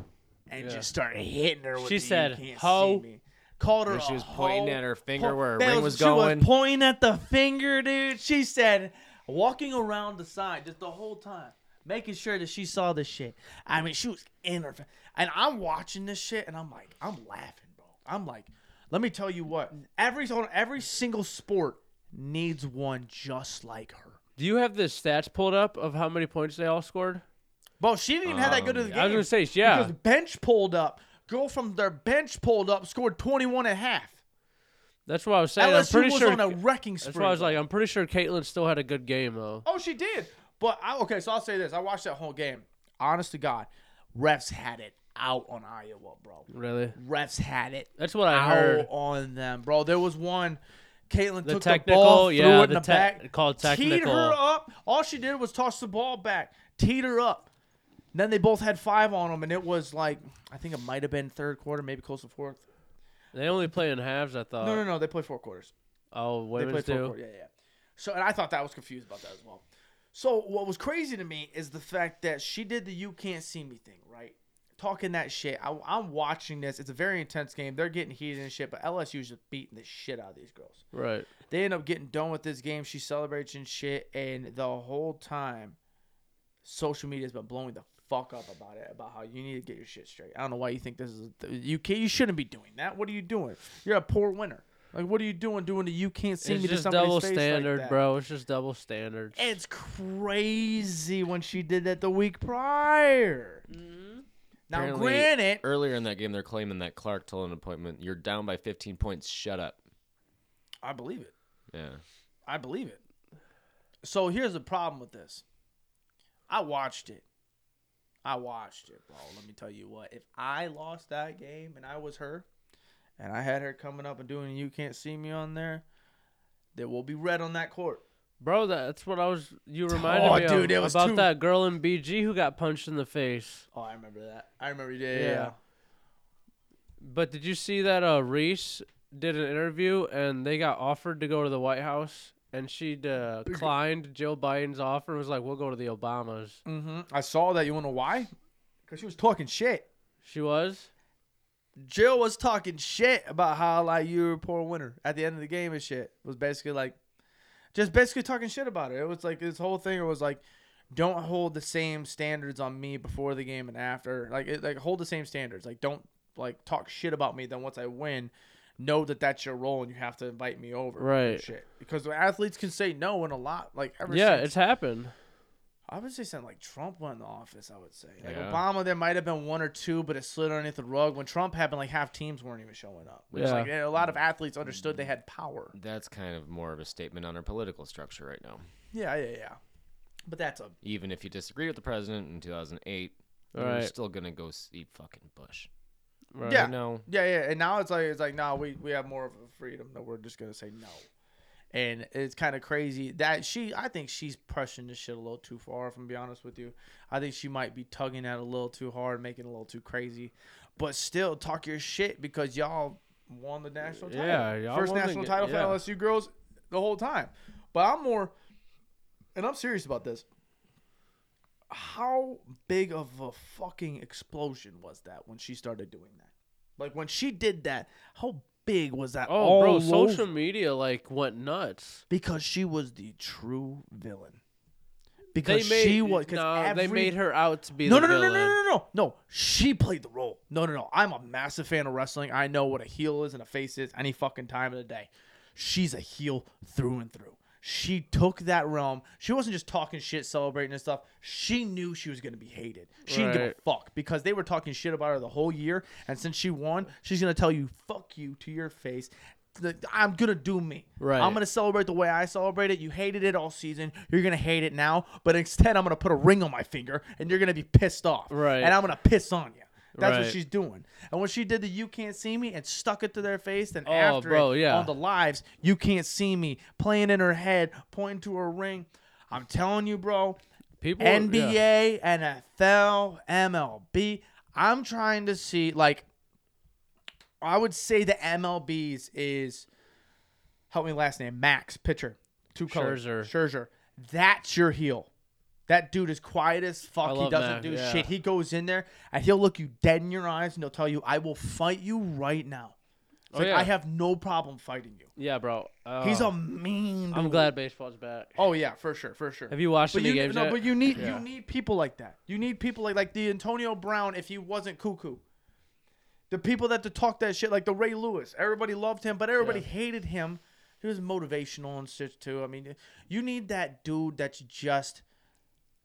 S1: and
S3: Yeah.
S1: just started hitting her with
S3: She
S1: the
S3: said,
S1: You Can't
S3: "Ho."
S1: See Me. Called her
S4: And she
S1: a
S4: was pointing
S1: hoe.
S4: at her finger
S1: Po-
S4: where her
S1: That
S4: ring was
S1: She
S4: going.
S1: was pointing at the finger, dude. She said, walking around the side just the whole time, making sure that she saw this shit. I mean, she was in her. fa- And I'm watching this shit, and I'm like, I'm laughing, bro. I'm like, let me tell you what. Every on every single sport needs one just like her.
S3: Do you have the stats pulled up of how many points they all scored?
S1: Bro, she didn't even have that good of the game.
S3: Um, I was gonna say, yeah.
S1: because bench pulled up. Girl from their bench pulled up, scored 21 and a half.
S3: That's what I was saying. I'm
S1: LSU
S3: pretty
S1: was
S3: sure.
S1: on a wrecking spree.
S3: that's why I was
S1: bro.
S3: like, I'm pretty sure Caitlin still had a good game though.
S1: Oh, she did. But I, okay, so I'll say this: I watched that whole game. Honest to God, refs had it out on Iowa, bro.
S3: Really?
S1: Refs had it
S3: That's what I
S1: out
S3: heard.
S1: on them, bro. There was one. Caitlin
S3: The
S1: took
S3: technical,
S1: the ball, threw
S3: yeah,
S1: it in
S3: the
S1: the,
S3: te-
S1: back,
S3: called
S1: teed
S3: technical.
S1: her up. All she did was toss the ball back, teed her up. Then they both had five on them, and it was like I think it might have been third quarter, maybe close to fourth.
S3: They only play in halves. I thought.
S1: No, no, no, they played four quarters.
S3: Oh,
S1: They play
S3: women's
S1: four
S3: do.
S1: court. Yeah, yeah. So, and I thought that I was confused about that as well. So, what was crazy to me is the fact that she did the "you can't see me" thing, right? Talking that shit. I, I'm watching this. It's a very intense game. They're getting heated and shit, but LSU's just beating the shit out of these girls.
S3: Right.
S1: They end up getting done with this game. She celebrates and shit, and the whole time, social media's been blowing the fuck up about it, about how you need to get your shit straight. I don't know why you think this is you. Can, you shouldn't be doing that. What are you doing? You're a poor winner. Like, what are you doing? Doing the you can't see
S3: it's
S1: me to
S3: just
S1: somebody's
S3: double
S1: face
S3: standard,
S1: like that.
S3: bro. It's just double standard.
S1: It's crazy when she did that the week prior. Now,
S4: Apparently-
S1: granted,
S4: Earlier in that game, they're claiming that Clark told an appointment, "You're down by 15 points. Shut up."
S1: I believe it.
S4: Yeah.
S1: I believe it. So here's the problem with this. I watched it. I watched it, bro. Let me tell you what. If I lost that game and I was her, and I had her coming up and doing "You Can't See Me" on there, there will be red on that court.
S3: Bro, that's what I was. You reminded
S1: Oh,
S3: me
S1: dude, it
S3: of,
S1: was
S3: about
S1: too-
S3: that girl in BG who got punched in the face.
S1: Oh, I remember that. I remember. Yeah, yeah.
S3: Yeah.
S1: yeah.
S3: But did you see that uh, Reese did an interview and they got offered to go to the White House and she declined Joe Biden's offer and was like, "We'll go to the Obamas."
S1: hmm I saw that. You want to know why? Because she was talking shit.
S3: She was.
S1: Jill was talking shit about how like you were a poor winner at the end of the game and shit. It was basically like just basically talking shit about it. It was like this whole thing was like don't hold the same standards on me before the game and after. Like it, like hold the same standards. Like don't like talk shit about me then once I win know that that's your role and you have to invite me over. and
S3: Right.
S1: Shit. Because the athletes can say no in a lot like ever
S3: yeah,
S1: since-
S3: it's happened.
S1: I would say something like Trump went in the office. I would say like
S4: Yeah.
S1: Obama, there might have been one or two, but it slid underneath the rug. When Trump happened, like half teams weren't even showing up. Which
S3: Yeah.
S1: like a lot of athletes understood they had power.
S4: That's kind of more of a statement on our political structure right now.
S1: Yeah, yeah, yeah. But that's a
S4: Even if you disagree with the president in 2008, you're
S3: Right.
S4: still gonna go see fucking Bush.
S3: Right.
S1: Yeah.
S4: You know,
S1: yeah, yeah. And now it's like it's like no, we we have more of a freedom that we're just gonna say no. And it's kind of crazy that she. I think she's pushing this shit a little too far. If I'm being honest with you, I think she might be tugging at it a little too hard, making it a little too crazy. But still, talk your shit because y'all won the national title.
S3: Yeah, y'all
S1: first
S3: won the
S1: national
S3: ga-
S1: title
S3: yeah.
S1: for LSU girls the whole time. But I'm more, and I'm serious about this. How big of a fucking explosion was that when she started doing that? Like when she did that, how big was that?
S3: Oh,
S1: all
S3: bro,
S1: over?
S3: social media like went nuts.
S1: because she was the true villain.
S3: They
S1: Because
S3: made
S1: she was. 'cause
S3: no,
S1: every,
S3: they made her out to be
S1: No, no,
S3: the
S1: no, no,
S3: villain.
S1: no, no, no, no. She played the role. No, no, no. I'm a massive fan of wrestling. I know what a heel is and a face is any fucking time of the day. She's a heel through and through. She took that realm. She wasn't just talking shit, celebrating and stuff. She knew she was gonna be hated. She didn't give a
S3: Right.
S1: fuck because they were talking shit about her the whole year. And since she won, she's gonna tell you "fuck you" to your face. Th- I'm gonna do me.
S3: Right.
S1: I'm gonna celebrate the way I celebrate it. You hated it all season. You're gonna hate it now. But instead, I'm gonna put a ring on my finger, and you're gonna be pissed off.
S3: Right.
S1: And I'm gonna piss on you. That's what
S3: Right.
S1: she's doing. And when she did the "You Can't See Me" and stuck it to their face, then
S3: Oh,
S1: after
S3: bro,
S1: it,
S3: yeah.
S1: on the lives, "You Can't See Me" playing in her head, pointing to her ring. I'm telling you, bro.
S3: People yeah.
S1: NBA, NFL, MLB. I'm trying to see like I would say the MLB's is help me last name Max pitcher two colors
S3: Scherzer.
S1: Scherzer. That's your heel. That dude is quiet as fuck. He
S3: love
S1: doesn't
S3: Max,
S1: do
S3: yeah.
S1: shit. He goes in there and he'll look you dead in your eyes and he'll tell you, "I will fight you right now." It's
S3: Oh,
S1: like
S3: yeah.
S1: I have no problem fighting you.
S3: Yeah, bro. Uh,
S1: He's a mean.
S3: I'm
S1: dude.
S3: glad baseball's back.
S1: Oh yeah, for sure, for sure.
S3: Have you watched
S1: But
S3: any
S1: you,
S3: games
S1: no,
S3: yet?
S1: but you need
S3: Yeah.
S1: you need people like that. You need people like like the Antonio Brown if he wasn't cuckoo. The people that to talk that shit like the Ray Lewis. Everybody loved him, but everybody hated him. He was motivational and shit too. I mean, you need that dude that's just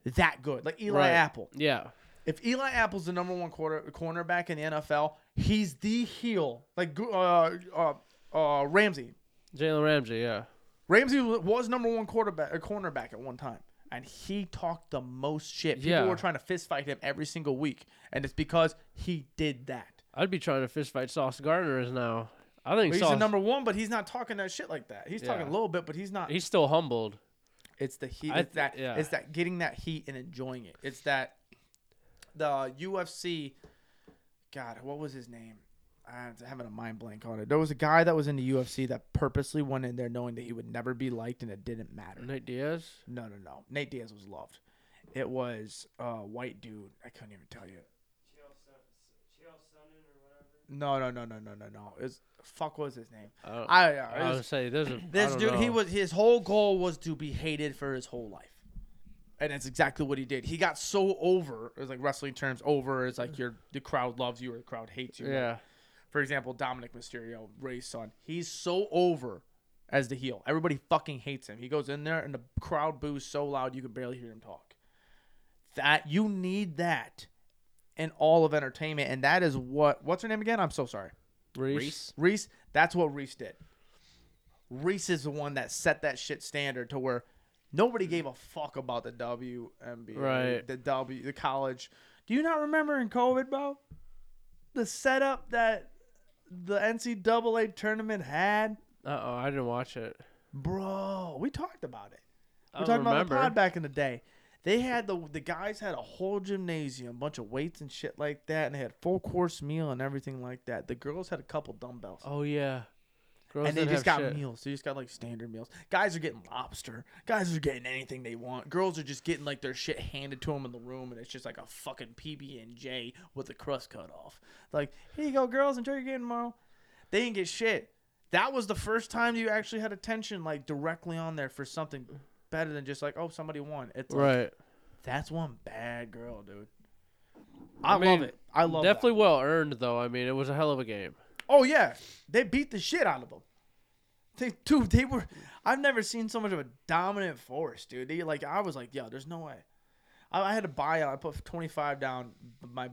S1: that good, like Eli
S3: Right.
S1: Apple.
S3: yeah.
S1: If Eli Apple's the number one quarter cornerback in the NFL, he's the heel. Like uh, uh, uh, Ramsey,
S3: Jalen Ramsey, yeah.
S1: Ramsey wa- was number one quarterback, a cornerback at one time, and he talked the most shit. People
S3: Yeah.
S1: were trying to fist fight him every single week, and it's because he did that.
S3: I'd be trying to fist fight Sauce Gardner is now. I think
S1: But he's
S3: Sauce,
S1: the number one, but he's not talking that shit like that. He's talking
S3: Yeah.
S1: a little bit, but he's not.
S3: he's still humbled.
S1: it's the heat.
S3: I-
S1: It's that.
S3: yeah.
S1: It's that getting that heat and enjoying it. It's that the UFC. God, what was his name? I'm having a mind blank on it. There was a guy that was in the UFC that purposely went in there knowing that he would never be liked, and it didn't matter.
S3: Nate Diaz.
S1: No, no, no. Nate Diaz was loved. It was a white dude. I couldn't even tell you. No, no, no, no, no, no, no. It's fuck. What was his name?
S3: I, don't, Oh, I,
S1: I, uh, it was-
S3: would say there's a I
S1: this
S3: don't
S1: dude. He
S3: know.
S1: was his whole goal was to be hated for his whole life, and that's exactly what he did. He got so over. It was like wrestling terms. Over. It's like your the crowd loves you or the crowd hates you.
S3: Yeah.
S1: for example, Dominic Mysterio, Ray's son. He's so over as the heel. Everybody fucking hates him. He goes in there and the crowd boos so loud you can barely hear him talk. That you need that in all of entertainment, and that is what what's her name again? I'm so sorry.
S3: Reese.
S4: Reese.
S1: Reese, that's what Reese did. Reese is the one that set that shit standard to where nobody gave a fuck about the WNBA,
S3: Right.
S1: the W, the college. Do you not remember in COVID, bro? The setup that the NCAA tournament had,
S3: Uh oh, I didn't watch it.
S1: bro. We talked about it. We
S3: I
S1: were talking
S3: remember.
S1: about the pod back in the day. They had the the guys had a whole gymnasium, bunch of weights and shit like that, and they had full course meal and everything like that. The girls had a couple dumbbells
S3: Oh yeah. Girls
S1: and they
S3: didn't
S1: just
S3: have
S1: got
S3: shit.
S1: meals. They just got like standard meals. Guys are getting lobster. Guys are getting anything they want. Girls are just getting like their shit handed to them in the room, and it's just like a fucking PB and J with the crust cut off. Like, here you go, girls. Enjoy your game tomorrow. They didn't get shit. That was the first time you actually had attention like directly on there for something better than just like, oh, somebody won. It's like,
S3: Right.
S1: that's one bad girl, dude. I, love
S3: mean,
S1: it. I love that.
S3: Definitely well earned though. I mean, it was a hell of a game.
S1: Oh yeah, they beat the shit out of them. They, dude, they were. I've never seen so much of a dominant force, dude. They, like I was like, yo, there's no way. I, I had a buyout. I put 25 down. but My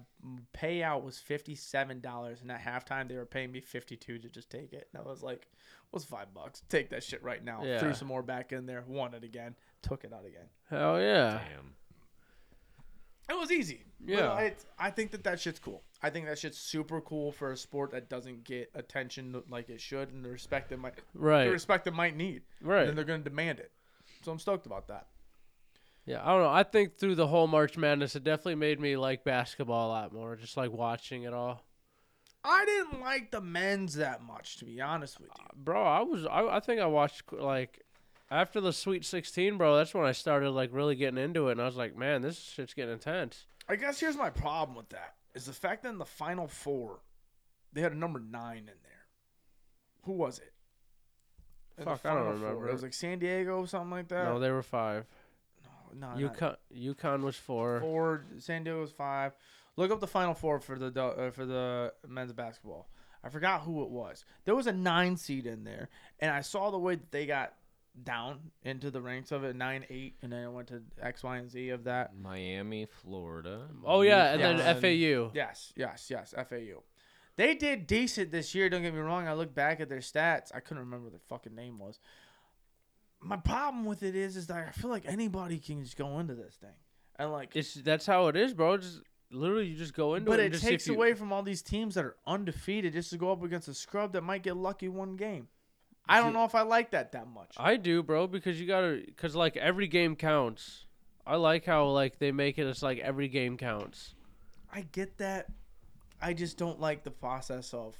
S1: payout was 57 dollars, and at halftime they were paying me 52 to just take it. And I was like, what's five bucks? Take that shit right now.
S3: Yeah.
S1: Threw some more back in there. Won it again. Took it out again.
S3: Hell yeah.
S4: Damn.
S1: It was easy. But
S3: Yeah.
S1: I, I think that that shit's cool. I think that shit's super cool for a sport that doesn't get attention like it should and the respect it might the
S3: Right.
S1: respect it might need.
S3: Right.
S1: And then they're gonna demand it. So I'm stoked about that.
S3: Yeah, I don't know. I think through the whole March Madness, it definitely made me like basketball a lot more. Just like watching it all,
S1: I didn't like the men's that much, to be honest with you.
S3: bro. I was, I, I think I watched like after the Sweet Sixteen, bro. That's when I started like really getting into it, and I was like, man, this shit's getting intense.
S1: I guess here's my problem with that is the fact that in the final four, they had a number nine in there. Who was it? In the
S3: Fuck, I don't
S1: Final Four,
S3: remember.
S1: It was like San Diego, or something like that.
S3: No, they were five.
S1: no, not-
S3: UConn, UConn was four.
S1: four. San Diego's five. Look up the final four for the do- uh, for the men's basketball. I forgot who it was. There was a nine seed in there, and I saw the way that they got down into the ranks of it nine eight, and then it went to X Y and Z of that.
S4: Miami, Florida.
S3: Oh yeah, and
S1: Yeah.
S3: then FAU.
S1: Yes, yes, yes. FAU. They did decent this year. Don't get me wrong. I look back at their stats. I couldn't remember what their fucking name was. My problem with it is, is that I feel like anybody can just go into this thing and like
S3: It's that's how it is, bro. Just literally, you just go into
S1: But
S3: it.
S1: it
S3: and just
S1: takes
S3: if you-
S1: away from all these teams that are undefeated just to go up against a scrub that might get lucky one game. I don't know if I like that that much.
S3: I do, bro, because you gotta, because like every game counts. I like how like they make it. It's like every game counts.
S1: I get that. I just don't like the process of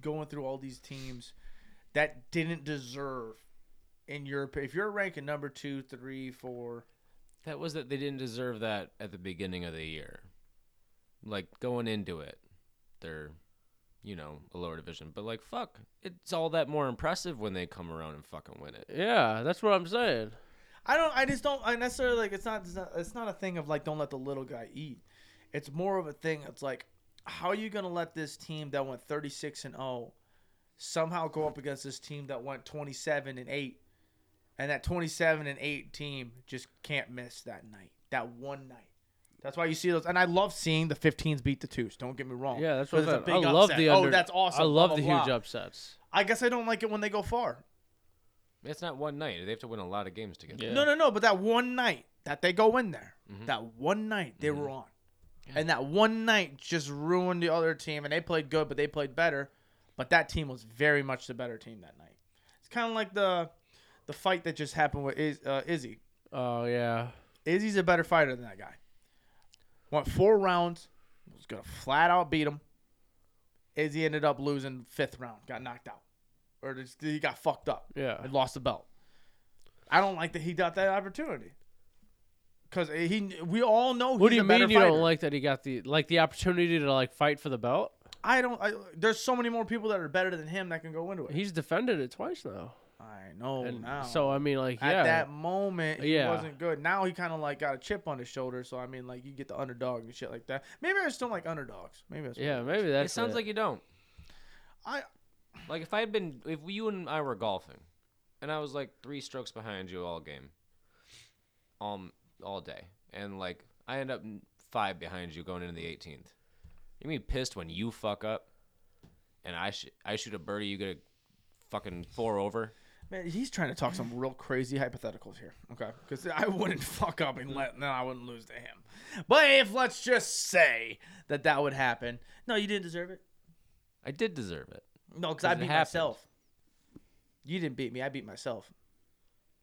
S1: going through all these teams that didn't deserve. In your, op- if you're ranking number two, three, four,
S4: That was that they didn't deserve that at the beginning of the year. Like going into it, they're, you know, a lower division. But like, fuck, it's all that more impressive when they come around and fucking win it.
S3: Yeah, that's what I'm saying.
S1: I don't. I just don't. I necessarily like. It's not. It's not, it's not a thing of like. Don't let the little guy eat. It's more of a thing. It's like, how are you gonna let this team that went thirty six and zero somehow go up against this team that went twenty seven and eight, and that twenty seven and eight team just can't miss that night. That one night. That's why you see those. And I love seeing the 15s beat the twos. Don't get me wrong.
S3: Yeah, that's
S1: 'Cause
S3: what I'm
S1: it's a
S3: saying. I
S1: big
S3: love
S1: upset.
S3: the under.
S1: Oh, that's awesome.
S3: I
S1: blah,
S3: love
S1: blah,
S3: the
S1: blah.
S3: huge upsets.
S1: I guess I don't like it when they go far.
S4: It's not one night. They have to win a lot of games to get there.
S2: Yeah.
S1: No, no, no. But that one night that they go in there, that one night they were on, and that one night just ruined the other team. And they played good, but they played better. But that team was very much the better team that night. It's kind of like the the fight that just happened with Iz, uh, Izzy.
S3: Oh yeah,
S1: Izzy's a better fighter than that guy. Went four rounds, was gonna flat out beat him. Izzy ended up losing fifth round, got knocked out, or just, he got fucked up
S3: yeah.
S1: and lost the belt. I don't like that he got that opportunity. Cause he, we all know.
S3: What do
S1: he's
S3: you
S1: a better
S3: mean you
S1: fighter.
S3: don't like that he got the like the opportunity to like fight for the belt?
S1: I don't. I, there's so many more people that are better than him that can go into it.
S3: He's defended it twice now.
S1: I know
S3: And
S1: now.
S3: so I mean, like
S1: Oh, at
S3: yeah,
S1: that moment, he
S3: Yeah.
S1: wasn't good. Now he kind of like got a chip on his shoulder. So I mean, like you get the underdog and shit like that. Maybe I just don't like underdogs. Maybe that's what
S3: yeah.
S1: it is.
S3: Maybe that
S4: It sounds like you don't.
S1: I
S4: Like if I had been, if you and I were golfing, and I was like three strokes behind you all game, um, all day, and like I end up n- five behind you going into the 18th, you mean pissed when you fuck up, and I sh- I shoot a birdie, you get a fucking four over.
S1: man, he's trying to talk some real crazy hypotheticals here. Okay, because I wouldn't fuck up and let no, I wouldn't lose to him. But if let's just say that that would happen, no, you didn't deserve it.
S4: I did deserve it.
S1: No, because
S4: 'Cause
S1: I
S4: it
S1: beat
S4: happened.
S1: myself. You didn't beat me. I beat myself.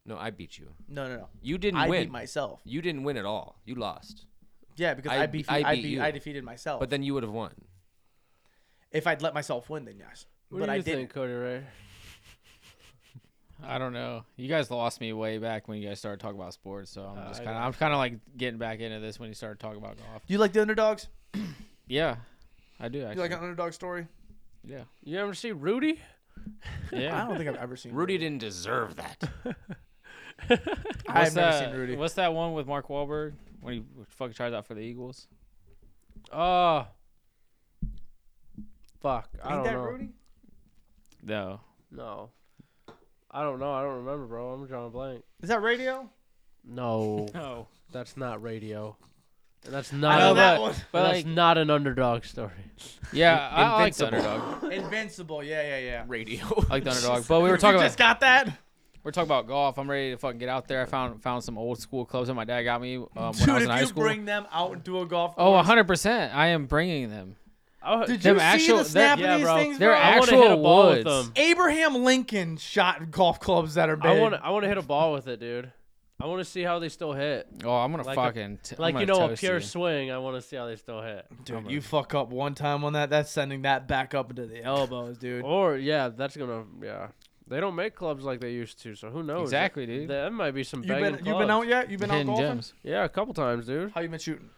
S4: No, I beat you.
S1: No, no, no.
S4: You didn't
S1: I
S4: win.
S1: beat myself.
S4: you didn't win at all. You lost.
S1: Yeah, because I,
S4: I
S1: beat,
S4: be- I
S1: I
S4: beat
S1: beat,
S4: you.
S1: I defeated myself.
S4: But then you would have won.
S1: if I'd let myself win, then yes.
S3: What
S1: but
S3: do you
S1: I didn't.
S3: think, Cody Ray?
S2: I don't know. You guys lost me way back when you guys started talking about sports, so I'm just
S3: I
S2: kind of I'm kind of like getting back into this when you started talking about golf.
S1: You like the underdogs?
S2: Yeah, I do actually.
S1: You like an underdog story?
S2: yeah,
S3: You ever see Rudy?
S1: I
S2: yeah.
S1: don't think I've ever seen
S4: Rudy didn't deserve that.
S1: I've
S2: What's
S1: never
S2: that-
S1: seen Rudy.
S2: What's that one with Mark Wahlberg when he fucking tries out for the Eagles?
S3: Oh. Fuck. I
S1: Ain't
S3: don't
S1: that
S3: know.
S1: Rudy?
S2: No,
S3: No. I don't know. I don't remember, bro. I'm drawing a blank.
S1: Is that radio?
S3: No,
S2: no.
S3: that's not radio. And that's
S1: I
S3: not
S1: know
S3: a,
S1: that
S3: and
S1: one.
S2: But
S3: that's
S2: like,
S3: not an underdog story.
S2: yeah, I like the
S4: Invincible.
S2: underdog.
S1: Invincible. Yeah, yeah, yeah.
S4: Radio.
S2: I like the underdog. But we were talking
S1: you
S2: about
S1: just got that.
S2: we're talking about golf. I'm ready to fucking get out there. I found found some old school clubs that my dad got me um, when
S1: Dude,
S2: I was
S1: if
S2: in high
S1: you
S2: school.
S1: bring them out into a golf
S2: Oh,
S1: course.
S2: 100 percent. I am bringing them.
S3: Oh,
S1: Did
S2: them
S1: you see
S2: actual-
S1: the
S2: they're-
S1: snap
S3: yeah,
S1: of these
S3: bro.
S1: things,
S2: They're
S1: bro?
S3: I want to
S2: actual
S3: hit a ball with
S2: woods.
S3: them.
S1: Abraham Lincoln shot golf clubs that are big.
S3: I want to. I want to hit a ball with it, dude. I want to see how they still hit.
S2: Oh, I'm gonna
S3: Like a-
S2: fucking t- I'm
S3: Like you
S2: gonna
S3: know, a
S2: toast
S3: pure
S2: you.
S3: swing. I want to see how they still hit.
S1: Dude, you fuck up one time on that, that's sending that back up into the elbows, dude.
S2: Oh,
S3: Or yeah, that's gonna yeah. They don't make clubs like they used to, so who knows?
S2: Exactly, dude.
S3: That might be some
S1: you
S3: banging
S1: been you been out
S3: clubs.
S1: yet? You been out
S2: hidden
S1: golfing?
S2: gems.
S3: Yeah, a couple times, dude.
S1: How you been shooting?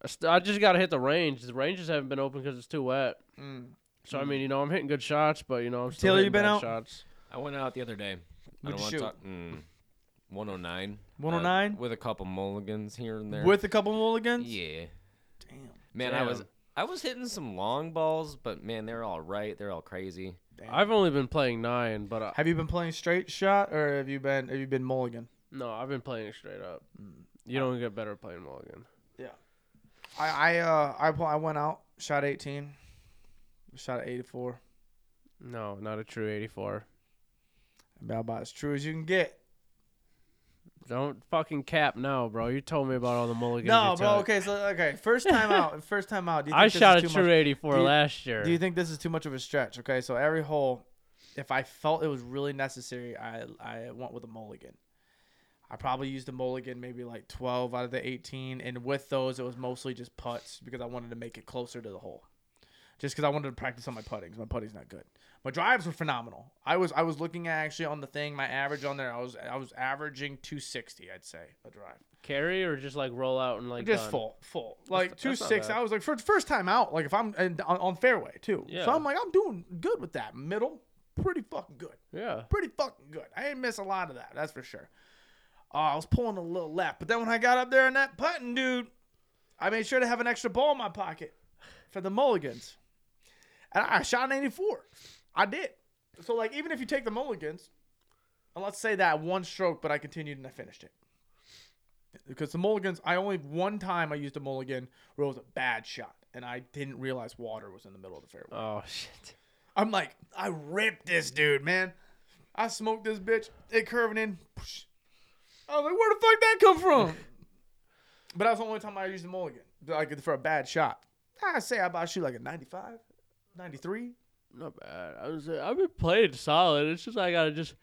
S3: I, st- I just gotta hit the range. The ranges haven't been open because it's too wet. So I mean, you know, I'm hitting good shots, but you know, I'm still
S1: Mm. Taylor, you
S3: hitting
S1: been
S3: bad
S1: out?
S3: shots.
S4: I went out the other day. I
S1: What'd
S4: don't
S1: you
S4: want
S1: shoot?
S4: to talk. Mm, 109. uh,
S1: 109?
S4: with a couple mulligans here and there.
S1: With a couple mulligans?
S4: yeah,
S1: Damn.
S4: man, I was
S3: Damn.
S4: I was hitting some long balls, but man, they're all right. They're all crazy.
S1: Damn.
S3: I've only been playing nine, but I,
S1: have you been playing straight shot or have you been have you been mulligan?
S3: no, I've been playing it straight up.
S1: Mm.
S3: You don't get better at playing mulligan.
S1: I I uh I pl- I went out, shot 18. Shot at 84.
S3: No, not a true 84.
S1: About, about as true as you can get.
S3: Don't fucking cap now, bro. You told me about all the mulligans.
S1: No,
S3: you
S1: bro.
S3: took.
S1: Okay, so okay, first time out. First time out. Do you think
S3: I
S1: this is
S3: shot a
S1: too
S3: true
S1: much-
S3: 84
S1: Do you-
S3: last year.
S1: Do you think this is too much of a stretch? Okay, so every hole, if I felt it was really necessary, I I went with a mulligan. I probably used a mulligan maybe like 12 out of the 18, and with those it was mostly just putts because I wanted to make it closer to the hole. Just because I wanted to practice on my putting, 'cause my putting's not good. My drives were phenomenal. I was I was looking at actually on the thing my average on there. I was I was averaging 260, I'd say a drive.
S3: carry or just like roll out and like
S1: Just
S3: done?
S1: full, full. Like
S3: that's
S1: two
S3: not
S1: six.
S3: bad.
S1: I was like, for first time out. Like if I'm and on, on fairway too.
S3: Yeah.
S1: So I'm like, I'm doing good with that middle. Pretty fucking good.
S3: Yeah.
S1: Pretty fucking good. I didn't miss a lot of that. That's for sure. Uh, I was pulling a little left, but then when I got up there in that putting, dude, I made sure to have an extra ball in my pocket for the mulligans, and I shot an 84. I did. So like, even if you take the mulligans, and let's say that one stroke, but I continued and I finished it because the mulligans i only one time i used a mulligan where it was a bad shot and i didn't realize water was in the middle of the fairway
S3: Oh shit.
S1: i'm like i ripped this dude man i smoked this bitch it curving in Psh. i was like where the fuck that come from but that was the only time i used a mulligan like for a bad shot i say i about shoot like a 95 93
S3: Not bad. I was uh, I've been playing solid. It's just I gotta just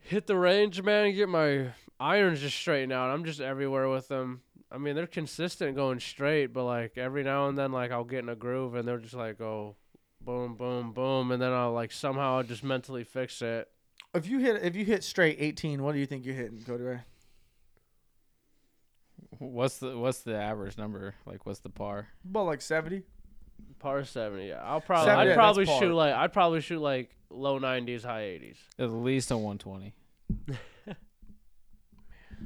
S3: hit the range, man, and get my irons just straightened out. I'm just everywhere with them. I mean, they're consistent going straight, but like every now and then, like I'll get in a groove and they'll just like go boom, boom, boom, and then I'll like somehow just mentally fix it.
S1: if you hit if you hit straight 18 what do you think you're hitting cody ray
S2: What's the what's the average number? Like, what's the par?
S1: about like 70
S3: Par seventy, yeah. I'll probably
S1: Seven-
S3: I'd
S1: yeah, that's
S3: probably
S1: par.
S3: shoot like I'd probably shoot like low nineties, high eighties.
S2: At least a 120.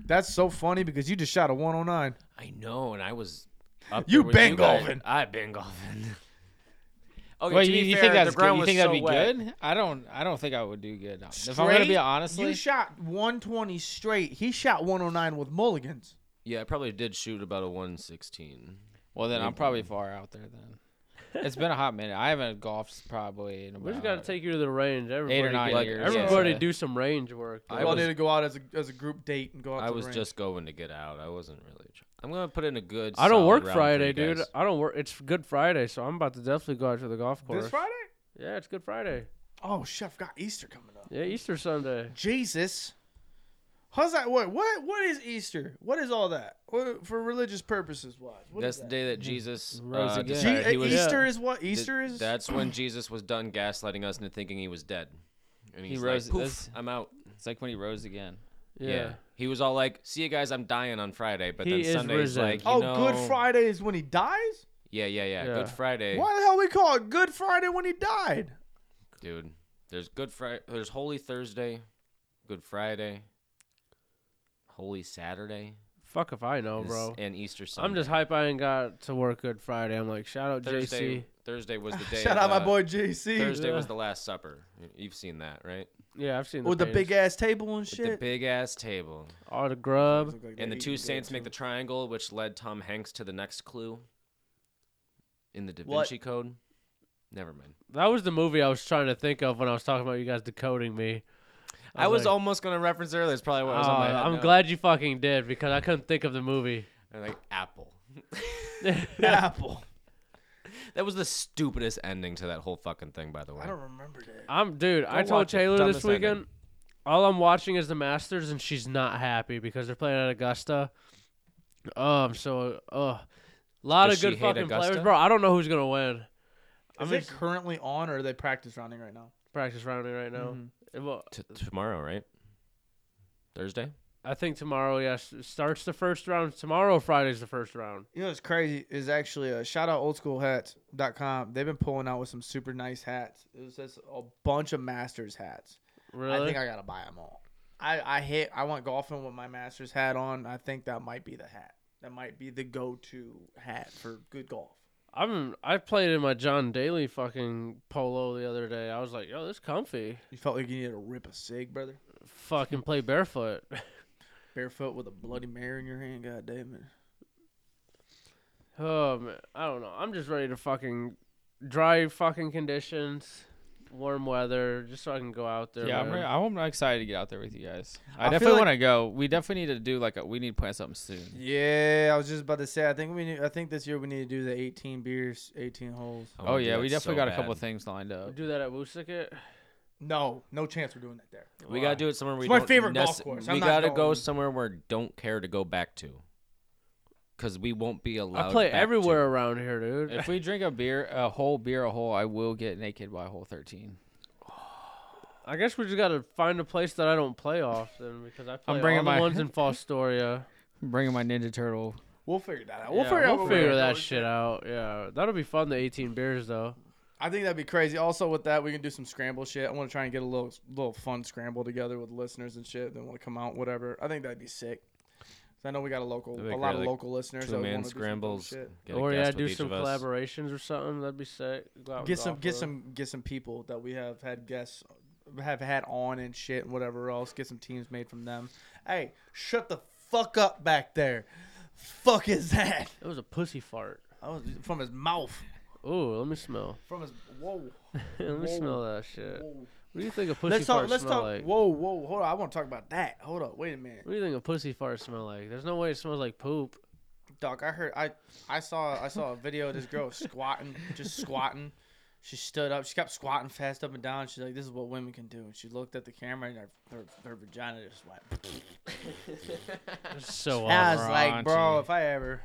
S1: that's so funny because you just shot a 109
S4: I know, and I was. Up
S1: You
S4: there with
S1: been
S4: guys.
S1: golfing.
S4: I've been golfing. Okay,
S2: Wait,
S4: to
S2: you,
S4: be
S2: you
S4: fair,
S2: think that's
S4: the
S2: good?
S4: ground
S2: You
S4: was
S2: think that'd
S4: so
S2: be
S4: wet.
S2: good? I don't. I don't think I would do good. if I'm gonna be
S1: Straight?
S2: honestly,
S1: you shot 120 straight. He shot 109 with mulligans.
S4: Yeah, I probably did shoot about a 116.
S2: well then I'm probably far out there. Then it's been a hot minute. I haven't golfed probably in about.
S3: We just gotta take you to the range. Everybody,
S2: nine
S3: get-
S2: years,
S3: Everybody
S2: yeah.
S3: do some range work.
S4: I
S1: We all
S4: was-
S1: need to go out as a, as a group date and go out.
S4: I
S1: to the
S4: was
S1: range.
S4: just going to get out. I wasn't really. Tr- I'm gonna put in a good.
S3: I don't
S4: solid
S3: work
S4: round for you
S3: Friday, dude.
S4: guys.
S3: I don't work. It's Good Friday, so I'm about to definitely go out to the golf course.
S1: this Friday.
S3: Yeah, it's Good Friday.
S1: Oh, chef got Easter coming up.
S3: Yeah, Easter Sunday.
S1: Jesus. How's that? What? What? What is Easter? What is all that? What, for religious purposes, wise, what
S4: That's
S1: is
S4: the
S1: that?
S4: day that Jesus
S2: Rose
S4: uh,
S2: again.
S1: Je-
S4: decided he was.
S1: Easter is what?
S4: th-
S1: Easter is.
S4: That's when Jesus was done gaslighting us into thinking he was dead, and
S2: He
S4: he's
S2: rose.
S4: like,
S2: this-
S4: "I'm out."
S2: it's like when he rose again.
S4: Yeah.
S3: Yeah.
S4: He was all like, "See you guys, I'm dying on Friday," but
S3: He
S4: then
S3: is
S4: Sunday he's
S3: risen.
S4: like, you
S1: oh,
S4: know,
S1: Good Friday is when he dies.
S4: Yeah, yeah, yeah,
S3: Yeah.
S4: Good Friday,
S1: Why the hell we call it Good Friday when he died?
S4: dude. There's Good Friday. There's Holy Thursday, Good Friday, Holy Saturday,
S3: Fuck if I know,
S4: is-
S3: Oh, bro.
S4: and Easter Sunday.
S3: I'm just hype. I ain't got to work Good Friday. I'm like, shout out
S4: Thursday.
S3: JC.
S4: Thursday was the day.
S1: Shout
S4: of
S1: out my
S4: the-
S1: boy JC
S4: Thursday was
S3: Yeah.
S4: the Last Supper. You- You've seen that, right?
S3: Yeah, I've seen the
S1: with the
S3: paintings.
S1: big ass table and
S4: With the
S1: shit.
S4: big ass table.
S3: all the grub.
S4: And the two saints make the triangle, which led Tom Hanks to the next clue in the Da
S1: What?
S4: Vinci Code. Never mind.
S3: That was the movie I was trying to think of when I was talking about you guys decoding me.
S4: I was
S3: like,
S4: almost going to reference earlier. It's probably what was on
S3: "Aw,
S4: my head.
S3: Oh, I'm
S4: now."
S3: glad you fucking did because I couldn't think of the movie.
S4: And like, apple.
S1: apple.
S4: That was the stupidest ending to that whole fucking thing, by the way.
S1: I don't remember that.
S3: I'm dude. I
S4: Don't
S3: told
S4: watch it.
S3: Taylor
S4: Dumbest
S3: this
S4: ending.
S3: weekend. All I'm watching is the Masters, and she's not happy because they're playing at Augusta. Um, so uh, lot
S4: Does
S3: of
S4: she
S3: good
S4: hate
S3: fucking players,
S4: Augusta?
S3: bro. I don't know who's gonna win.
S1: Is
S3: I'm
S1: it
S3: in
S1: currently on or are they practice rounding right now?
S3: practice rounding right now.
S1: Mhm.
S3: Uh, Well,
S4: T- tomorrow, right? Thursday?
S3: I think tomorrow. Yes, it starts the first round tomorrow. Friday's the first round.
S1: You know what's crazy is actually uh, shout out oldschoolhats.com. They've been pulling out with some super nice hats. It was just a bunch of Masters hats.
S3: Really?
S1: I think I gotta buy them all. I I hit. I went golfing with my Masters hat on. I think that might be the hat. That might be the go-to hat for good golf.
S3: I'm I played in my John Daly fucking polo the other day. I was like, yo, this comfy.
S1: You felt like you needed to rip a cig, brother.
S3: Fucking play barefoot.
S1: Barefoot with a bloody mare in your hand. God damn it.
S3: oh man, I don't know. I'm just ready to fucking dry fucking conditions, warm weather, just so I can go out there.
S2: Yeah, I'm,
S3: man.
S2: re- I'm excited to get out there with you guys. I,
S1: I feel
S2: definitely
S1: like-
S2: want to go. We definitely need to do like a. We need to plan something soon.
S1: Yeah, I was just about to say. I think we. Need, I think this year we need to do the 18 beers, 18 holes.
S4: I
S2: Oh,
S4: wanna do
S2: yeah,
S4: that
S2: we definitely
S4: so
S2: got a couple
S4: bad.
S2: things lined up.
S3: do that at Woosicket.
S1: No, no chance we're doing that there.
S4: We gotta do it somewhere we.
S1: It's my
S4: don't
S1: favorite golf course.
S4: We
S1: I'm not
S4: gotta go
S1: going.
S4: somewhere where don't care to go back to, because we won't be allowed.
S3: I play
S4: back
S3: everywhere around here, dude.
S2: If we drink a beer, a whole beer, a whole, I will get naked by hole thirteen.
S3: I guess we just gotta find a place that I don't play often because I play
S2: bringing
S3: all
S2: my-
S3: the ones in Fostoria.
S2: I'm bringing my Ninja Turtle.
S1: We'll figure that out.
S3: Yeah,
S1: We'll figure out. what we're gonna
S3: that
S1: do.
S3: shit out. Yeah, that'll be fun. The 18 beers though.
S1: I think that'd be crazy. Also, with that, we can do some scramble shit. I want to try and get a little, little fun scramble together with listeners and shit. They want to come out, whatever. I think that'd be sick. 'Cause I know we got a local, a
S4: That'd be
S1: lot
S4: great,
S1: of
S4: like,
S1: local listeners. that
S4: Two
S1: would
S4: man
S1: wanna do some fun
S4: scrambles.
S1: shit.
S4: get a
S3: or yeah,
S4: guest with
S3: do
S4: each
S3: some
S4: of us.
S3: collaborations or something. That'd be sick. Go out and
S1: Get some,
S3: golf
S1: get
S3: with.
S1: some, get some people that we have had guests, have had on and shit and whatever else. Get some teams made from them. Hey, shut the fuck up back there. Fuck is that?
S3: It was a pussy fart.
S1: I was from his mouth.
S3: Ooh, let me smell.
S1: From his whoa.
S3: let me
S1: Whoa.
S3: smell that shit.
S1: whoa.
S3: What do you think a pussy
S1: Let's
S3: fart
S1: talk. Let's
S3: smell
S1: talk.
S3: like?
S1: Whoa, whoa. Hold on. I want to talk about that. Hold up. Wait a minute.
S3: What do you think a pussy fart smell like? There's no way it smells like poop.
S1: Doc, I heard I I saw I saw a video of this girl squatting, just squatting. She stood up. She kept squatting fast up and down. She's like, "This is what women can do." And she looked at the camera, and her her, her vagina just went.
S3: It's so
S1: I
S3: awesome.
S1: was like, "Bro, if I ever."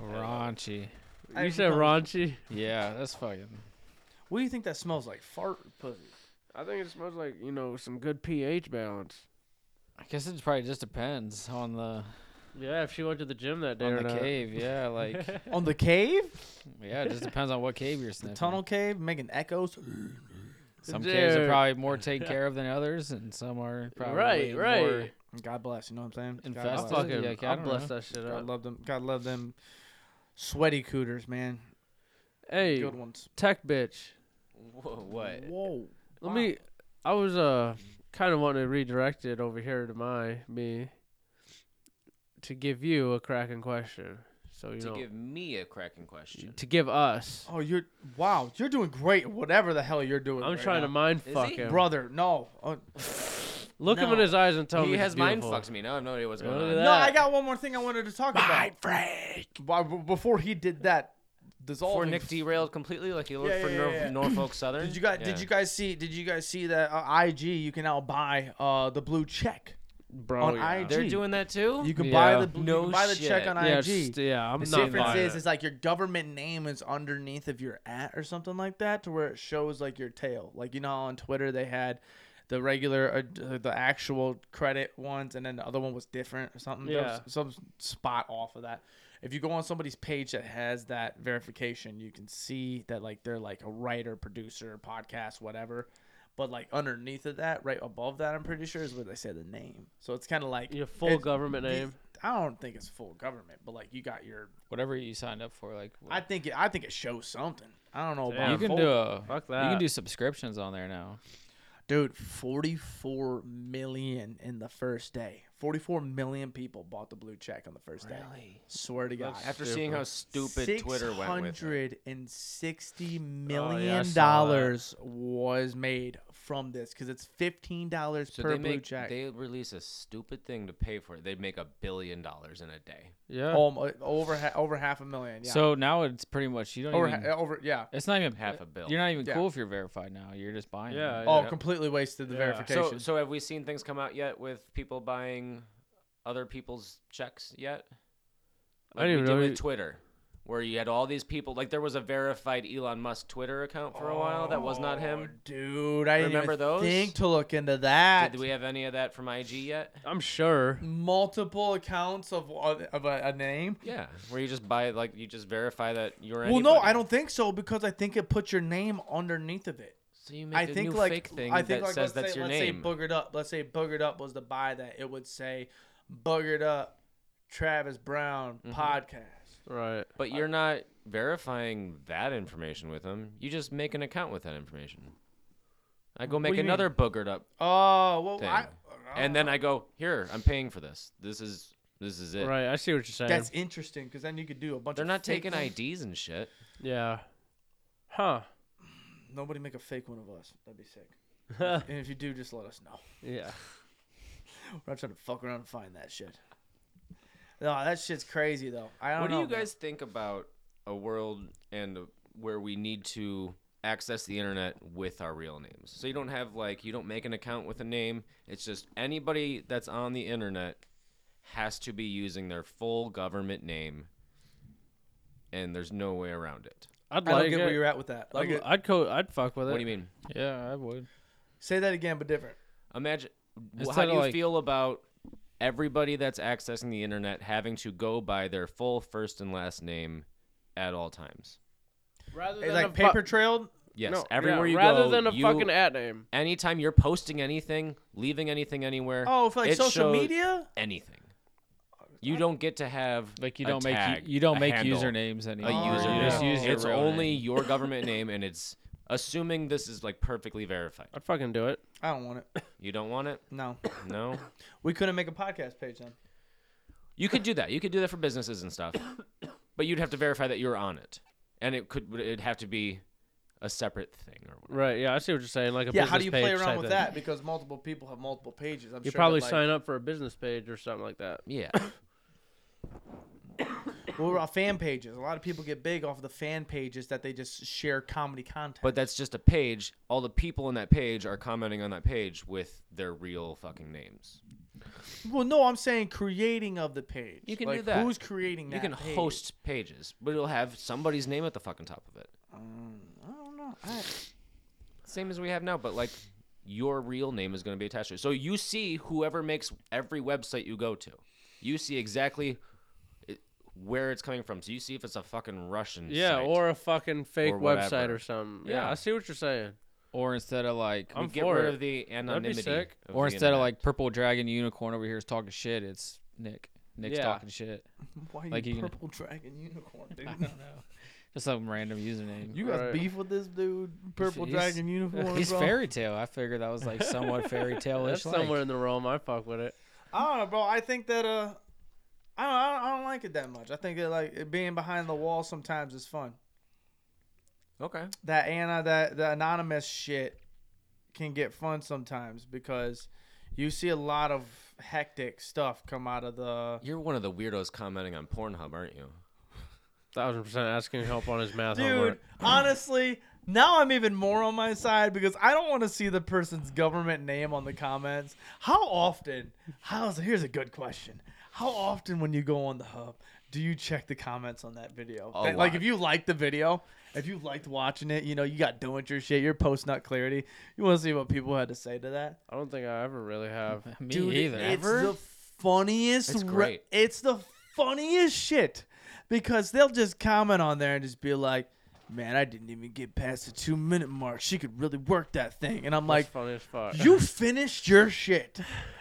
S2: Raunchy.
S1: I
S3: You said
S1: don't-
S3: raunchy.
S2: Yeah, that's fucking.
S1: What do you think that smells like? Fart or pussy?
S3: I think it smells like you know some good pH balance.
S2: I guess it probably just depends on the
S3: Yeah, if she went to the gym that day
S2: on
S3: or
S2: the
S3: not.
S2: cave. Yeah, like
S1: On the cave?
S2: yeah, it just depends on what cave you're sniffing.
S1: Tunnel cave? Making echoes?
S2: Some caves are
S3: Dude.
S2: probably more taken care of than others, and some are probably
S3: Right, right.
S2: more-
S1: God bless. You know what I'm saying? God
S3: I
S2: Infested.
S1: bless.
S3: fucking,
S2: Yeah, I
S3: I
S2: don't
S3: bless
S2: know.
S3: that shit
S1: God
S3: up.
S1: love them. God love them. Sweaty cooters, man.
S3: Hey,
S1: Good ones.
S3: tech bitch.
S4: Whoa, what?
S1: Whoa.
S3: Let
S1: Wow.
S3: me. I was uh kind of wanting to redirect it over here to my me to give you a cracking question. So you
S4: To
S3: know
S4: give me a cracking question.
S3: to give us.
S1: Oh, you're wow. You're doing great. at Whatever the hell you're doing.
S3: I'm
S1: right
S3: trying to
S1: now.
S3: mind
S4: Is
S3: fuck
S4: he?
S3: him.
S1: brother. No. Oh,
S3: Look him
S1: No.
S3: in his eyes and tell him
S4: He
S3: he's
S4: has mind
S3: beautiful.
S4: fucked me. Now I have no idea what's going
S3: Look at
S4: on.
S3: that.
S1: no, I got one more thing I wanted to talk about.
S4: Frank.
S1: Why- b- Before he did that
S4: Before
S1: dissolving.
S4: Nick derailed completely, like he looked
S1: Yeah,
S4: for
S1: yeah,
S4: Nor-
S1: yeah, yeah.
S4: Norfolk Southern.
S1: Did you guys?
S4: Yeah.
S1: Did you guys see? Did you guys see that uh, IG? You can now buy uh the blue check
S3: Bro,
S1: on
S3: yeah.
S1: IG.
S4: Oh, They're doing that too.
S1: You can
S3: Yeah.
S1: buy the bl- you
S4: No
S1: can buy the check
S4: shit.
S1: on
S3: Yeah,
S1: IG.
S3: it's- yeah, I'm
S1: the
S3: not
S1: difference
S3: buying
S1: is,
S3: it.
S1: is like your government name is underneath of your at or something like that, to where it shows like your tail. Like you know, how on Twitter they had the regular, uh, the actual credit ones, and then the other one was different or something. There was
S3: Yeah.
S1: some spot off of that. If you go on somebody's page that has that verification, you can see that like they're like a writer, producer, podcast, whatever. But like underneath of that, right above that, I'm pretty sure is where they say the name. So it's kind of like
S3: Your full
S1: it's-
S3: government
S1: the-
S3: name.
S1: I don't think it's full government, but like you got your.
S2: Whatever you signed up for, like
S1: I think it, I think it shows something. I don't know about
S3: Damn.
S2: you can
S1: full-
S2: do a
S3: Fuck
S2: you
S3: that.
S2: can do subscriptions on there now.
S1: dude forty four million in the first day. Forty four million people bought the blue check on the first day.
S4: Really?
S1: Swear to God.
S4: After seeing how stupid Twitter went with it.
S1: Hundred and sixty
S3: Oh,
S1: million
S3: yeah, I saw that.
S1: dollars was made from this because it's fifteen dollars
S4: So
S1: per
S4: they
S1: blue
S4: make
S1: check.
S4: they release a stupid thing to pay for it. They make a billion dollars in a day.
S3: Yeah.
S1: Almo- over ha- over half a million. Yeah.
S2: So now it's pretty much you don't
S1: over
S2: even.
S1: ha- over yeah.
S2: it's not even
S4: Half a bill.
S2: You're not even
S1: Yeah.
S2: cool if you're verified now. You're just buying. it.
S3: Yeah.
S1: Oh,
S3: yeah.
S1: completely wasted the
S3: Yeah. So-
S1: verification.
S4: So so have we seen things come out yet with people buying other people's checks yet?
S3: I didn't
S4: we
S3: even
S4: did
S3: know
S4: with
S3: you-
S4: Twitter, where you had all these people. Like there was a verified Elon Musk Twitter account for a while that was not
S1: Oh,
S4: him.
S1: Dude, I
S4: Remember
S1: didn't even
S4: those?
S1: think to look into that.
S4: Did we have any of that from IG yet?
S3: I'm sure.
S1: Multiple accounts of of a, a name.
S4: Yeah, where you just buy like you just verify that you're.
S1: Well, no,
S4: anybody.
S1: I don't think so because I think it puts your name underneath of it.
S4: So you
S1: I
S4: make a
S1: think
S4: new
S1: like
S4: fake thing
S1: I think
S4: that
S1: like
S4: says
S1: let's
S4: that's
S1: say,
S4: your
S1: let's say
S4: name.
S1: boogered up. Let's say boogered up was to buy that. It would say boogered up Travis Brown
S4: Mm-hmm.
S1: podcast.
S3: Right.
S4: But you're not verifying that information with them. You just make an account with that information. I go
S1: do
S4: make
S1: you Ah.
S4: another boogered up
S1: Oh well,
S4: thing,
S1: I, uh,
S4: and then I go here. I'm paying for this. This is this is it.
S3: Right. I see what you're saying.
S1: that's interesting because then you could do a bunch.
S4: They're
S1: of
S4: not
S1: fake
S4: taking
S1: ones.
S4: IDs and shit.
S3: yeah. Huh.
S1: Nobody make a fake one of us. That'd be sick.
S3: yeah.
S1: And if you do, just let us know. We're not trying to fuck around and find that shit. No, that shit's crazy though. I don't
S4: What
S1: know.
S4: do you
S1: man.
S4: guys think about a world and where we need to access the internet with our real names? So you don't have like you don't make an account with a name. It's just anybody that's on the internet has to be using their full government name, and there's no way around it.
S3: I'd
S1: I don't
S3: like
S1: get
S3: it.
S1: where you're at with that. Like,
S3: I'd, I'd co- I'd fuck with it.
S4: What do you mean?
S2: Yeah, I would.
S1: say that again, but different.
S4: Imagine how
S2: Instead
S4: do
S2: of,
S4: you
S2: like-
S4: feel about everybody that's accessing the internet having to go by their full first and last name at all times?
S3: Rather
S1: It's like paper trail.
S4: Yes,
S3: no,
S4: everywhere
S3: yeah,
S4: you
S3: rather
S4: go,
S3: than a
S4: you-
S3: fucking ad name.
S4: anytime you're posting anything, leaving anything anywhere.
S1: Oh, for like
S4: it
S1: social
S4: shows
S1: media.
S4: anything. You don't get to have
S2: Like you
S4: a
S2: don't make
S4: tag,
S2: you, you don't
S4: a
S2: make
S4: handle,
S2: usernames
S4: a
S2: anymore.
S4: user.
S2: You just
S1: username.
S2: use your
S4: it's
S2: real
S4: only
S2: name.
S4: your government name, and it's assuming this is like perfectly verified.
S3: I'd fucking do it.
S1: I don't want it.
S4: You don't want it?
S1: No,
S4: No.
S1: we couldn't make a podcast page then.
S4: You could do that. You could do that for businesses and stuff, but you'd have to verify that you're on it, and it could it'd have to be a separate thing or whatever.
S3: Right. Yeah. I see what you're saying. Like a
S1: Yeah,
S3: business
S1: how do you play
S3: page
S1: around
S3: type
S1: with
S3: thing.
S1: that? Because multiple people have multiple pages. I'm
S3: You
S1: sure
S3: probably
S1: that, like,
S3: sign up for a business page or something like that.
S4: Yeah.
S1: Well, we're on fan pages. A lot of people get big off the fan pages that they just share comedy content.
S4: But that's just a page. All the people in that page are commenting on that page with their real fucking names.
S1: well, no, I'm saying creating of the page.
S4: You can do
S1: like,
S4: that.
S1: Who's creating that?
S4: you can
S1: page?
S4: host pages, but it'll have somebody's name at the fucking top of it.
S1: I don't know. I,
S4: Same as we have now, but like your real name is going to be attached to it. So you see whoever makes every website you go to. You see exactly it, where it's coming from. So you see if it's a fucking Russian
S3: Yeah,
S4: site.
S3: or a fucking fake
S4: Or
S3: website
S4: whatever.
S3: or something. Yeah.
S4: Yeah.
S3: I see what you're saying.
S2: Or instead of like
S4: we
S3: I'm
S4: get
S3: for
S4: rid
S3: it.
S4: of the anonymity.
S3: sick.
S4: of
S2: or
S4: the
S2: instead of
S4: internet.
S2: like purple dragon unicorn over here is talking shit, it's Nick. Nick's
S3: Yeah.
S2: talking shit.
S1: why
S2: Like
S1: you
S2: you can-
S1: purple dragon unicorn? Dude? I don't know.
S2: Just some random username.
S1: You got
S3: Right.
S1: beef with this dude, purple
S2: he's-
S1: dragon uniform.
S2: He's
S1: bro?
S2: fairy tale. I figured that was like somewhat fairy tale
S3: That's
S2: ish.
S3: somewhere in the realm. I fuck with it.
S1: I don't know, bro. I think that uh, I don't, I don't, I don't like it that much. I think that like it being behind the wall sometimes is fun.
S4: Okay.
S1: That Anna, that the anonymous shit, can get fun sometimes because you see a lot of hectic stuff come out of the.
S4: You're one of the weirdos commenting on Pornhub, aren't you?
S3: Thousand percent asking help on his math
S1: Dude,
S3: homework.
S1: honestly, now I'm even more on my side because I don't want to see the person's government name on the comments. How often? How's here's a good question. How often when you go on the hub do you check the comments on that video?
S4: A
S1: That- like
S4: lot.
S1: if you liked the video, if you liked watching it, you know, you got doing your shit, your post nut clarity. You want to see what people had to say to that?
S3: I don't think I ever really have.
S2: Me
S1: Dude,
S2: either.
S1: It's the funniest.
S4: It's
S1: re-
S4: great.
S1: it's the funniest shit because they'll just comment on there and just be like, "Man, I didn't even get past the two minute mark. She could really work that thing." And I'm like,
S3: That's funny as fuck.
S1: "You finished your shit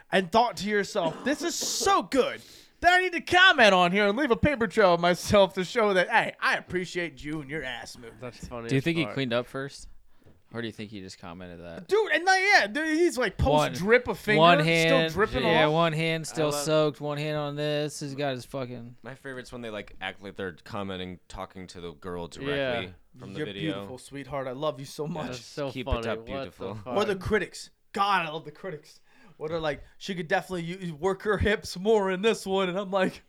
S1: and thought to yourself, this is so good." That I need to comment on here and leave a paper trail of myself to show that hey, I appreciate you and your ass move.
S3: That's funny.
S2: Do you
S3: as
S2: think he
S3: fuck.
S2: cleaned up first, or do you think he just commented that?
S1: Dude, and like, yeah, dude, he's like post
S2: One-
S1: drip of finger,
S2: one hand,
S1: still dripping
S2: yeah,
S1: off.
S2: one hand still
S4: love-
S2: soaked, one hand on this. He's got his fucking.
S4: My favorite's when they like act like they're commenting, talking to the girl directly from the
S1: You're
S4: video.
S1: beautiful, sweetheart. I love you so much.
S3: That's so
S4: Keep it
S3: funny.
S4: up,
S3: What
S4: beautiful.
S3: The
S4: Or
S3: fuck?
S1: Or the critics. God, I love the critics. What are like, she could definitely use, work her hips more in this one. And I'm like,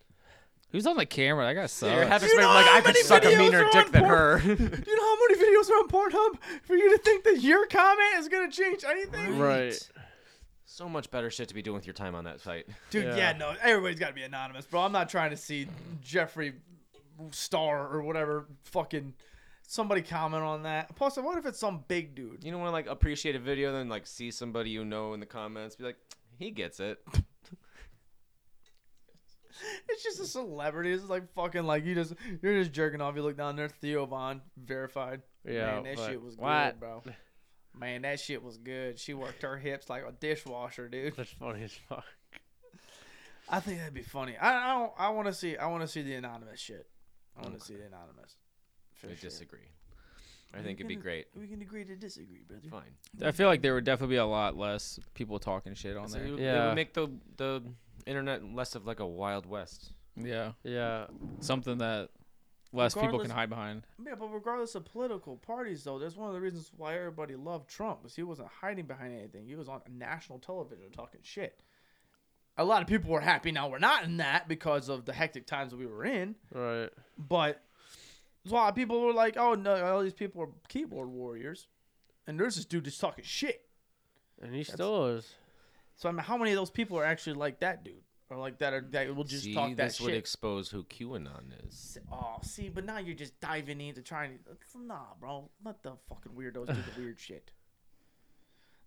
S2: Who's on the camera? That guy sucks.
S4: Your half
S1: You
S4: expecting,
S1: know
S4: like
S1: how
S4: I could
S1: many
S4: suck a
S1: videos
S4: meaner
S1: are
S4: dick
S1: on
S4: than
S1: porn?
S4: her.
S1: you know how many videos are on Pornhub for you to think that your comment is going to change anything?
S3: right.
S4: so much better shit to be doing with your time on that site.
S1: Dude, yeah,
S3: Yeah.
S1: no, everybody's got to be anonymous, bro. I'm not trying to see Jeffrey Star or whatever fucking somebody comment on that. Plus, what if it's some big dude?
S4: You don't want to like appreciate a video, then like see somebody you know in the comments, be like, he gets it.
S1: It's just a celebrity. It's like fucking like you just you're just jerking off. You look down there, Theo Von verified.
S3: Yeah,
S1: man, that
S3: but
S1: shit was
S3: what?
S1: good, bro. Man, that shit was good. She worked her hips like a dishwasher, dude.
S3: That's funny as fuck.
S1: I think that'd be funny. I I, don't, I want to see I want to see the anonymous shit. I want to see the anonymous. For
S4: I
S1: sure.
S4: disagree. I think it'd be great.
S1: We can agree to disagree, brother.
S4: Fine.
S2: I feel like there would definitely be a lot less people talking shit on
S4: So it
S2: there.
S4: would- It
S3: Yeah.
S4: would make the the internet less of like a wild west.
S2: Yeah,
S3: Yeah.
S2: something that less people can
S1: Regardless-
S2: hide behind.
S1: Yeah, but regardless of political parties, though, that's one of the reasons why everybody loved Trump was he wasn't hiding behind anything. He was on national television talking shit. A lot of people were happy. Now we're not in that because of the hectic times that we were in.
S3: Right.
S1: But a lot of people were like, "Oh no, all these people are keyboard warriors," and there's this dude just talking shit.
S3: And he still is.
S1: So I mean, how many of those people are actually like that dude, or like that, are, that will just
S4: See,
S1: talk that
S4: this
S1: shit?
S4: would expose who QAnon
S1: S-
S4: is.
S1: Oh, see, but now you're just diving into trying to. it's- Nah, bro. Let the fucking weirdos do the weird shit.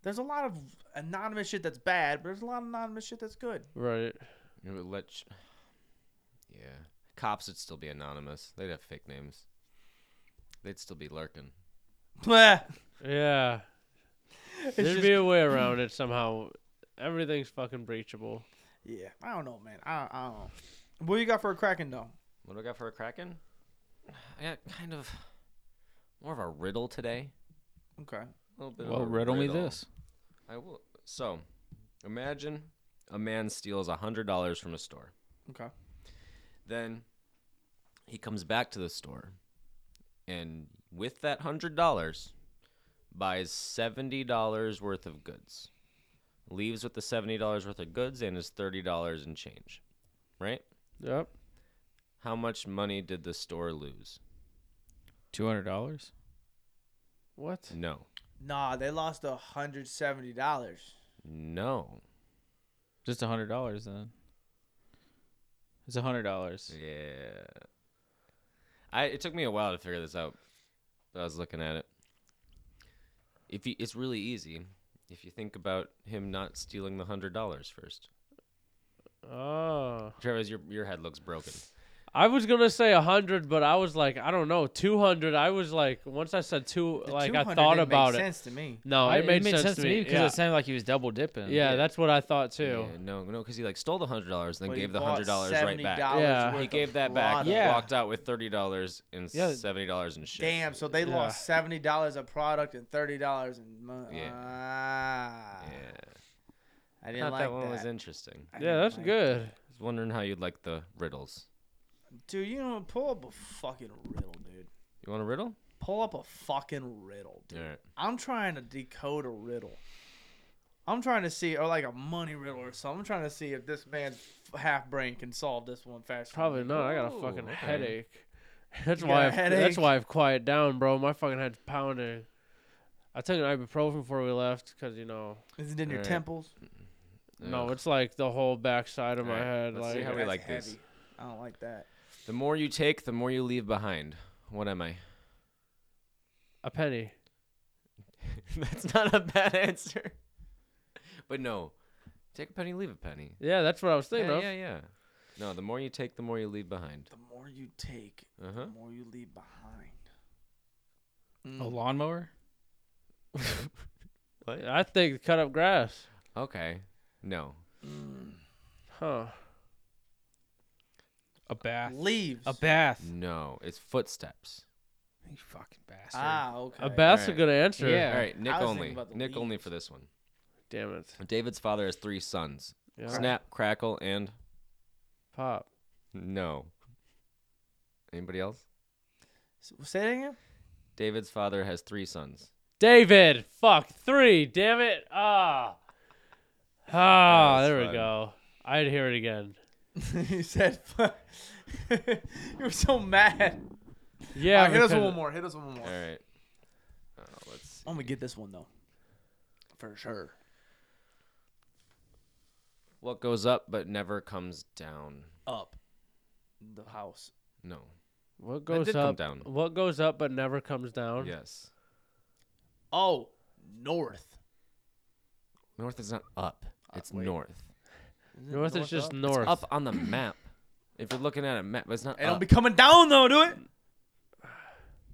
S1: There's a lot of anonymous shit that's bad, but there's a lot of anonymous shit that's good.
S3: Right.
S4: It would let. sh- Yeah, cops would still be anonymous. They'd have fake names. They'd still be lurking.
S1: Bleh.
S3: Yeah. There'd
S1: just-
S3: be a way around it somehow. Everything's fucking breachable.
S1: yeah, I don't know, man. I, I don't know. What you got for a Kraken, though?
S4: What do I got for a Kraken? I got kind of more of a riddle today.
S1: Okay.
S4: A little bit
S2: Well,
S4: of a
S2: riddle me this.
S4: I will. So, imagine a man steals a hundred dollars from a store.
S1: Okay.
S4: Then he comes back to the store, and with that hundred dollars, buys seventy dollars worth of goods. Leaves with the seventy dollars worth of goods and his thirty dollars in change. Right?
S3: Yep.
S4: How much money did the store lose?
S2: Two hundred dollars.
S3: What?
S4: No.
S1: Nah, they lost a hundred seventy dollars.
S4: No.
S2: Just a hundred dollars then. It's a hundred dollars.
S4: Yeah. I it took me a while to figure this out. but I was looking at it. If you, it's really easy if you think about him not stealing the hundred dollars first.
S3: Oh.
S4: Travis, your your head looks broken.
S3: I was gonna say hundred, but I was like, I don't know, two hundred. I was like, once I said two,
S1: The
S3: like I
S1: 200
S3: thought
S1: didn't make
S3: about it.
S1: Sense to me.
S3: No,
S2: I-
S3: it made, sense, to me.
S2: because
S3: yeah.
S2: it sounded like he was double dipping.
S3: yeah, that's what I thought too.
S4: Yeah, no, no, because he like stole the hundred dollars and then
S1: But he
S4: gave the
S1: bought
S4: hundred dollars right back.
S1: $70
S3: Yeah.
S1: worth
S4: He
S1: of
S4: gave that back.
S1: product.
S2: Yeah.
S4: Walked out with thirty dollars and
S2: Yeah.
S4: seventy dollars and shit.
S1: Damn. So they
S3: Yeah.
S1: lost seventy dollars a product and thirty dollars in money.
S4: Yeah.
S1: Ah,
S4: Yeah.
S1: I didn't
S4: I thought
S1: like
S4: that one was interesting. I
S3: Yeah, that's good.
S4: was wondering how you'd like the riddles.
S1: Dude, you know, pull up a fucking riddle, dude.
S4: You want a riddle?
S1: Pull up a fucking riddle, dude.
S4: All right.
S1: I'm trying to decode a riddle. I'm trying to see, or like a money riddle or something. I'm trying to see if this man's half brain can solve this one faster. than
S3: Probably
S1: me.
S3: not. I got a
S4: Ooh,
S3: fucking
S4: okay.
S3: headache. That's
S1: You got
S3: why
S1: a
S3: I've,
S1: headache?
S3: that's why I've quieted down, bro. My fucking head's pounding. I took an ibuprofen before we left because you know,
S1: Is it in your
S4: Alright.
S1: temples?
S3: no, it's like the whole backside of my
S4: Alright,
S3: head.
S4: let's see
S3: like,
S4: how we
S1: That's
S4: like this.
S1: heavy. I don't like that.
S4: The more you take, the more you leave behind. What am I?
S3: a penny.
S4: That's not a bad answer. But no, take a penny, leave a penny.
S3: Yeah, that's what I was thinking
S4: yeah,
S3: of.
S4: yeah, yeah. No, the more you take, the more you leave behind.
S1: The more you take,
S4: Uh huh.
S1: the more you leave behind. Mm.
S2: a lawnmower.
S3: I think cut up grass.
S4: Okay. No.
S3: Huh.
S2: A bath.
S1: Leaves.
S2: A bath.
S4: No. It's footsteps.
S2: You fucking bastard.
S1: ah, okay.
S3: A bath's a
S4: Alright.
S3: good answer.
S2: Yeah.
S4: All right, Nick
S1: was
S4: only.
S1: thinking about the
S4: Nick only
S1: leaves.
S4: for this one.
S3: Damn it.
S4: David's father has three sons.
S3: Yeah.
S4: Snap, Crackle, and
S3: Pop.
S4: no. Anybody else?
S1: S- Say that again.
S4: David's father has three sons.
S3: David. Fuck three. Damn it. Ah. Ah.
S4: That was
S3: There we
S4: fun. Oh,
S3: go. I'd hear it again.
S1: he said, "You were so mad."
S3: Yeah.
S1: Alright, hit us with
S3: because-
S1: one more. Hit us with one more.
S4: All right. Uh, let's see.
S1: I'm gonna get this one though, for sure.
S4: What goes up but never comes down?
S1: Up the house.
S4: No.
S3: What
S4: That
S3: goes
S4: did come
S3: up?
S4: down.
S3: What goes up but never comes down?
S4: Yes.
S1: Oh, north.
S4: North is not up. It's
S1: Uh, wait.
S4: north.
S1: Is it
S3: North, is just
S1: up?
S3: north.
S4: Up on the map. If you're looking at a map, but it's not
S1: It don't
S4: up.
S1: be coming down though, do it.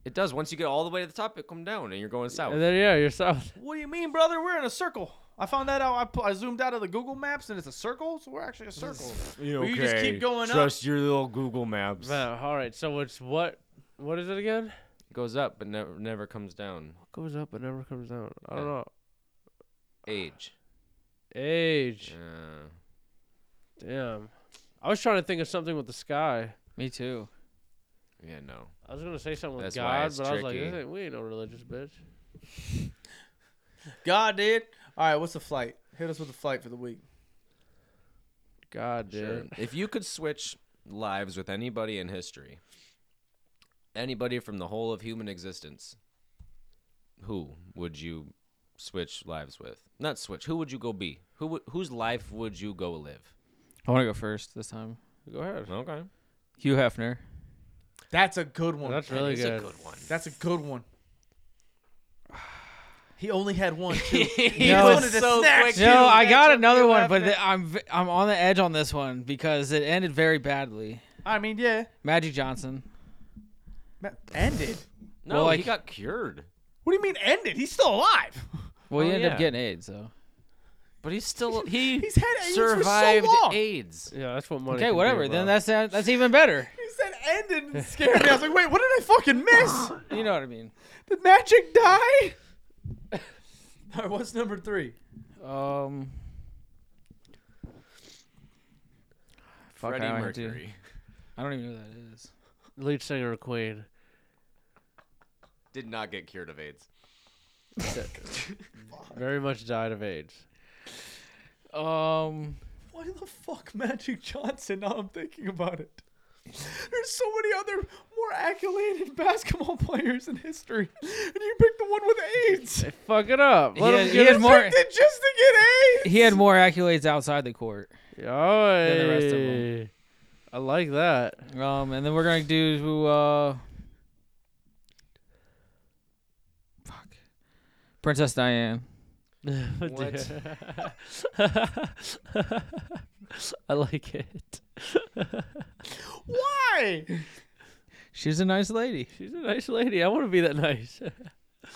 S4: it does. Once you get all the way to the top, it come down, and you're going south.
S3: And then yeah, you're south.
S1: What do you mean, brother? We're in a circle. I found that out. I, pu- I zoomed out of the Google Maps and it's a circle, so we're actually a circle. But you just keep okay. going up. Trust
S4: your little Google Maps.
S3: Man, all right. So it's what? What is it again?
S4: Goes up but never never comes down.
S3: What goes up but never comes down? I don't
S4: Yeah.
S3: know.
S4: Age.
S3: Age.
S4: Uh,
S3: Damn. I was trying to think of something with the sky.
S2: Me too.
S4: yeah, no.
S3: I was gonna say something with
S4: That's why
S3: God,
S4: it's
S3: but I was like,
S4: tricky.
S3: this ain't, we ain't no religious bitch.
S1: God did. All right, what's the flight? Hit us with the flight for the week.
S3: God, dude.
S4: Sure. If you could switch lives with anybody in history, anybody from the whole of human existence, who would you switch lives with? Not switch. Who would you go be? Who would, whose life would you go live?
S2: I want to go first this time.
S3: Go ahead.
S4: Okay,
S2: Hugh Hefner.
S1: That's a good one.
S3: That's really
S4: It's
S3: good.
S4: a good one.
S1: That's a good one. He only had one. Too.
S4: He
S2: No.
S1: wanted
S4: was
S1: to
S4: so
S1: snatch
S4: quick.
S1: two.
S2: No, I got
S1: Snatch up
S2: another
S1: Hugh
S2: one, but
S1: Hefner.
S2: th- I'm v- I'm on the edge on this one because it ended very badly.
S1: I mean, yeah,
S2: Magic Johnson.
S1: Ma- ended.
S2: Well,
S4: No, he
S2: like-
S4: got cured,
S1: What do you mean ended? He's still alive.
S2: Well, he
S4: Oh,
S2: ended
S4: yeah.
S2: up getting AIDS, so.
S4: but he's still he
S1: He's had AIDS for so
S4: survived
S1: long.
S4: AIDS.
S3: Yeah, that's what money.
S2: Okay,
S3: can do,
S2: whatever. Then
S3: bro.
S2: that's uh, that's even better.
S1: He said ended and scared me. I was like, wait, what did I fucking miss?
S2: You know what I mean?
S1: Did magic die? All right, what's number three?
S2: Um. Fuck, I
S4: Freddie
S2: don't even-
S4: Mercury.
S2: I don't even know who that is.
S3: lead singer of Queen.
S4: Did not get cured of AIDS.
S3: Very much died of AIDS.
S2: Um,
S1: Why the fuck Magic Johnson? Now I'm thinking about it. There's so many other more accoladed basketball players in history, and you picked the one with AIDS.
S3: Hey, fuck it up. Let
S2: had-
S3: him
S2: he
S3: get
S2: had
S3: his
S2: more-
S1: Picked it just to get AIDS.
S2: he had more accolades outside the court.
S3: Than
S2: the rest of 'em.
S3: I like that.
S2: Um, and then we're gonna do uh, fuck, Princess Diane.
S4: What?
S3: I like it.
S1: Why?
S2: She's a nice lady.
S3: She's a nice lady. I want to be that nice.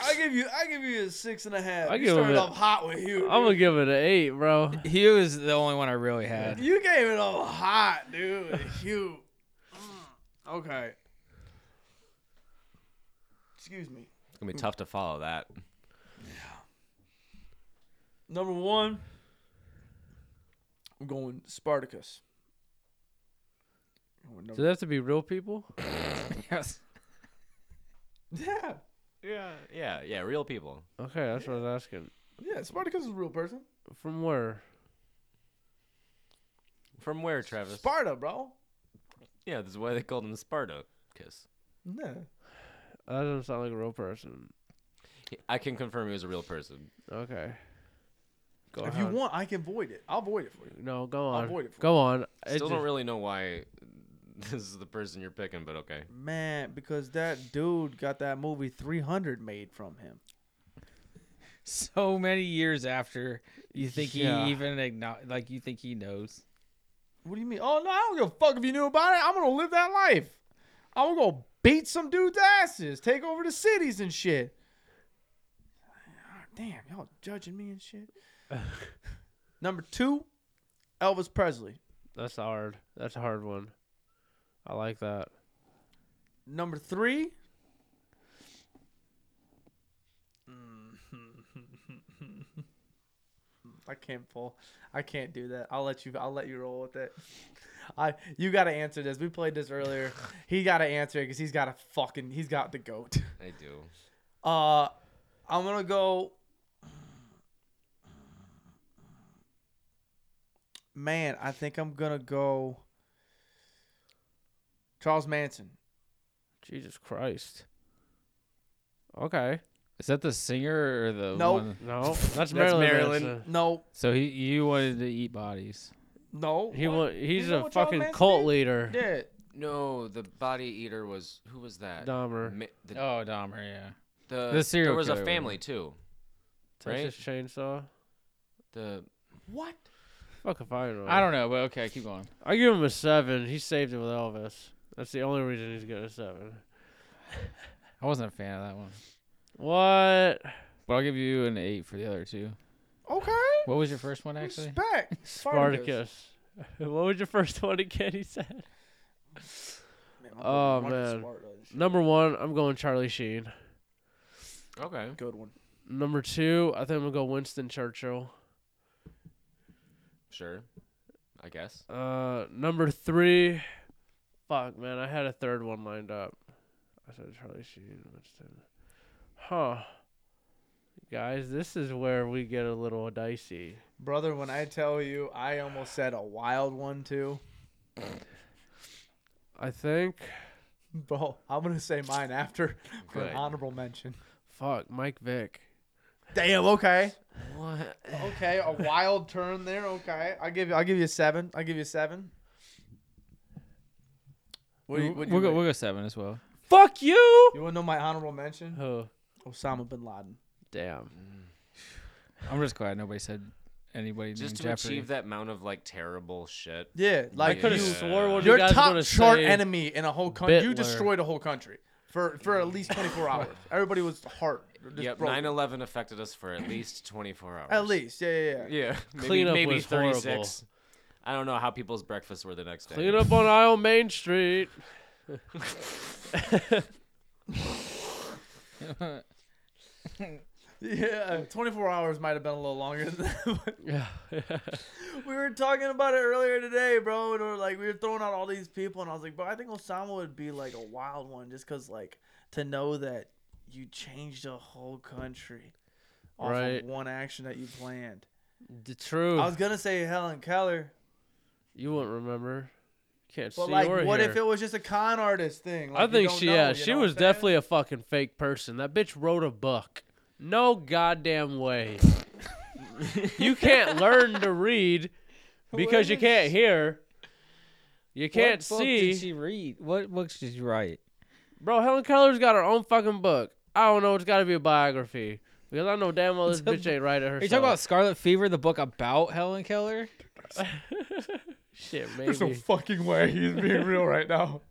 S1: I give you, I give you a six and a half.
S3: I
S1: you
S3: give him
S1: started
S3: a-
S1: off hot with you.
S3: I'm gonna
S1: dude.
S3: give it an eight, bro.
S2: Hugh is the only one I really had.
S1: You gave it off hot, dude. Hugh. Mm. Okay. Excuse me.
S4: It's gonna be tough to follow that.
S1: Number one, I'm going Spartacus. I'm going
S3: Do
S1: number-
S3: they have to be real people?
S2: Yes.
S1: Yeah,
S4: Yeah, yeah, yeah. Real people.
S3: Okay, that's what I was asking.
S1: yeah. Spartacus is a real person.
S3: From where?
S4: From where, Travis?
S1: Sparta, bro.
S4: yeah, that's why they called him Sparta. Kiss.
S1: Yeah.
S3: That doesn't sound like a real person.
S4: I can confirm he was a real person.
S3: Okay. Go
S1: If you
S3: on.
S1: want, I can void it. I'll void it for you.
S3: no, go
S1: I'll
S3: on.
S1: void it for
S3: Go on.
S4: I
S3: It
S4: Still don't
S3: just-
S4: really know why this is the person you're picking, but okay.
S1: Man, because that dude got that movie 300 made from him.
S2: So many years after you think
S3: Yeah.
S2: he even acknow- like you think he knows.
S1: What do you mean? Oh no, I don't give a fuck if you knew about it. I'm gonna live that life. I'm gonna go beat some dudes' asses, take over the cities and shit. Ah, Damn, y'all judging me and shit. Number two, Elvis Presley.
S3: That's hard. That's a hard one. I like that.
S1: Number three. I can't pull. I can't do that. I'll let you. I'll let you roll with it. I. You got to answer this. We played this earlier. He got to answer it because he's got a fucking. He's got the goat.
S4: I do.
S1: Uh, I'm gonna go. Man, I think I'm gonna go. Charles Manson.
S3: Jesus Christ. Okay.
S2: Is that the singer or the
S1: Nope.
S2: one?
S3: No, that's Marilyn.
S4: Marilyn.
S3: Manson.
S1: No,
S2: So he you wanted to eat bodies.
S1: no.
S3: He
S1: what?
S3: wa- he's
S1: know
S3: a
S1: what Charles
S3: fucking
S1: Manson
S3: cult
S1: did?
S3: leader.
S1: Yeah.
S4: No, the body eater was who was that?
S3: Dahmer.
S4: Ma- the,
S2: Oh, Dahmer, yeah.
S4: the,
S2: the serial
S4: There was a
S2: killer.
S4: family too. Right?
S3: Texas Chainsaw.
S4: The
S1: What?
S3: Fuck if I know.
S2: I don't know, but okay, keep going.
S3: I give him a seven. He saved it with Elvis. That's the only reason he's got a seven.
S2: I wasn't a fan of that one.
S3: What?
S2: But I'll give you an eight for the other two.
S1: Okay.
S2: What was your first one actually?
S1: Respect.
S3: Spartacus. what was your first one again? He said.
S1: Man, my
S3: Oh,
S1: brother Marcus
S3: man.
S1: Smart does shit.
S3: Number one, I'm going Charlie Sheen.
S4: okay.
S1: Good one.
S3: Number two, I think I'm gonna go Winston Churchill.
S4: Sure. I guess.
S3: Uh, number three. Fuck, man, I had a third one lined up. I said Charlie Sheen, Winston. Huh. Guys, this is where we get a little dicey.
S1: Brother, when I tell you, I almost said a wild one too.
S3: I think.
S1: Bro, I'm gonna say mine after for an
S4: Good.
S1: honorable mention.
S3: Fuck, Mike Vick.
S1: Damn. Okay.
S4: What?
S1: Okay. A wild turn there. Okay. I give you. I'll give you a seven. I'll give you a seven. What do you, what do you,
S2: we'll, go,
S1: rate?
S2: we'll go seven as well.
S3: Fuck you.
S1: you want to know my honorable mention?
S3: Oh,
S1: Osama bin Laden.
S3: damn.
S2: I'm just glad nobody said anybody
S4: Just
S2: named
S4: to
S2: Jeopardy.
S4: achieve that amount of like terrible shit.
S1: Yeah, like
S4: could've
S1: you-
S4: swore what
S1: your
S3: you guys
S1: top
S3: gonna
S1: chart
S3: say-
S1: enemy in a whole country. You
S3: Bitler.
S1: destroyed a whole country for for at least 24 hours. Everybody was hurt. Just
S4: Yep,
S1: broke.
S4: 9/11 affected us for at least 24 hours.
S1: At least, yeah, yeah, yeah.
S4: Yeah. Maybe,
S3: Cleanup
S4: maybe
S3: was
S4: 36.
S3: horrible.
S4: I don't know how people's breakfasts were the next day.
S3: Clean up on aisle Main Street.
S1: Yeah, 24 hours might have been a little longer than that. but
S3: Yeah.
S1: we were talking about it earlier today, bro. And we were like, we were throwing out all these people, and I was like, bro, I think Osama would be like a wild one, just cause like to know that you changed a whole country off
S3: Right.
S1: of one action that you planned.
S3: the truth.
S1: I was gonna say Helen Keller.
S3: you won't remember. Can't
S1: But
S3: see
S1: like,
S3: or
S1: what
S3: hear.
S1: if it was just a con artist thing? Like,
S3: I
S1: you
S3: think
S1: don't
S3: she
S1: know,
S3: yeah,
S1: you
S3: she
S1: know
S3: was
S1: what I'm saying?
S3: definitely a fucking fake person. That bitch wrote a book. No goddamn way. you can't learn to read because you
S2: did
S3: can't hear. You can't
S2: What book did
S3: see.
S2: she read? What books did she write?
S3: Bro, Helen Keller's got her own fucking book. I don't know, it's gotta be a biography. Because I know damn well this
S2: The
S3: bitch ain't writing
S2: Are
S3: herself.
S2: you talking about Scarlet Fever, the book about Helen Keller?
S3: Shit, maybe.
S1: There's no fucking way he's being real right now.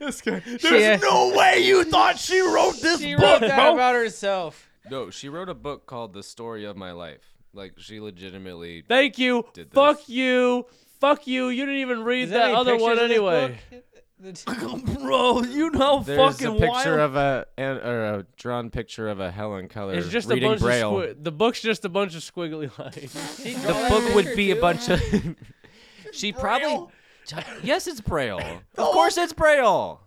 S1: This guy. There's
S2: She- uh,
S1: no way you thought she wrote this
S2: She
S1: book,
S2: wrote that
S1: bro.
S2: about herself.
S4: No, she wrote a book called The Story of My Life. Like she legitimately
S3: Thank you.
S4: Did this.
S3: Fuck you. Fuck you. You didn't even read
S2: Is there
S3: that
S2: any
S3: other
S2: pictures
S3: one
S2: in this
S3: anyway.
S2: book? The t-
S1: bro, you know,
S4: There's
S1: fucking
S4: a picture
S1: wild.
S4: of a and or a drawn picture of a Helen Keller
S3: It's just a
S4: reading
S3: bunch
S4: braille.
S3: of squi- the book's just a bunch of squiggly lines.
S2: she
S4: the
S2: draw that
S4: book would
S2: picture
S4: be a
S2: too?
S4: bunch of. she
S1: Braille?
S4: probably. Yes, it's braille. of course, it's braille.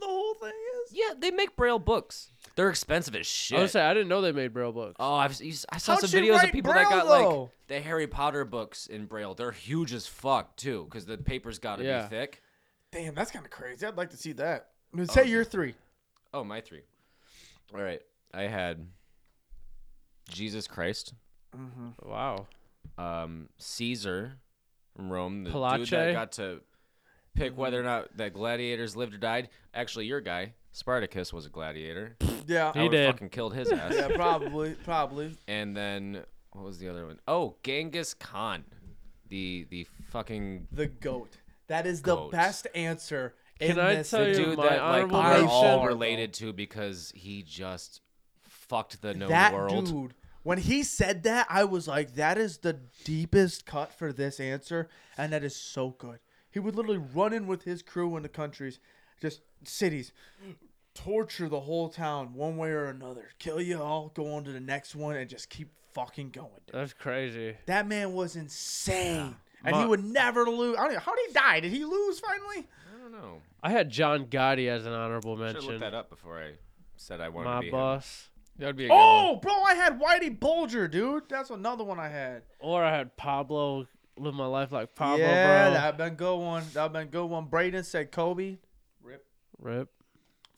S1: the whole thing is.
S4: Yeah, they make braille books. They're expensive as shit.
S3: I was saying I didn't know they made braille books.
S4: oh, I've, you s- I saw
S1: How'd
S4: some
S1: she
S4: videos of
S1: write
S4: people that
S1: braille,
S4: got like
S1: though?
S4: the Harry Potter books in braille. They're huge as fuck too, because the paper's got to
S3: Yeah.
S4: be thick.
S1: Damn, that's kind of crazy. I'd like to see that. I mean, say you're three.
S4: Oh, my three. All right, I had Jesus Christ,
S1: Mm-hmm.
S3: Wow.
S4: um, Caesar from Rome, the dude
S3: Pallace?
S4: that got to
S3: Mm-hmm.
S4: pick whether or not that gladiators lived or died. Actually, your guy Spartacus was a gladiator.
S1: Yeah.
S4: I
S3: He
S4: would've
S3: did.
S4: fucking killed his ass.
S1: Yeah, probably, probably.
S4: And then what was the other one? Oh, Genghis Khan, the the fucking
S1: The goat. That is the
S4: Goat.
S1: best answer. in
S3: Can I
S1: this
S3: tell
S1: thing.
S3: you
S4: dude
S3: Oh, my
S4: that like
S3: honorable
S4: we're all
S1: mention-
S4: related to because he just fucked the known
S1: that
S4: world.
S1: dude when he said that i was like that is the deepest cut for this answer and that is so good he would literally run in with his crew into countries just cities torture the whole town one way or another kill you all go on to the next one and just keep fucking going dude.
S3: That's crazy.
S1: that man was insane and he
S3: My-
S1: would never lose. I don't know. How did he die? Did he lose finally?
S4: I don't know.
S3: I had John Gotti as an honorable
S4: I should have
S3: mention.
S4: looked that up before I said I wanted to
S3: My
S4: be
S3: boss.
S2: That would be a good one.
S1: Oh, bro, I had Whitey Bulger, dude. That's another one I had.
S3: Or I had Pablo live my life like Pablo,
S1: yeah,
S3: bro.
S1: that been good one. That been good one. Braden said Kobe. Rip
S3: Rip.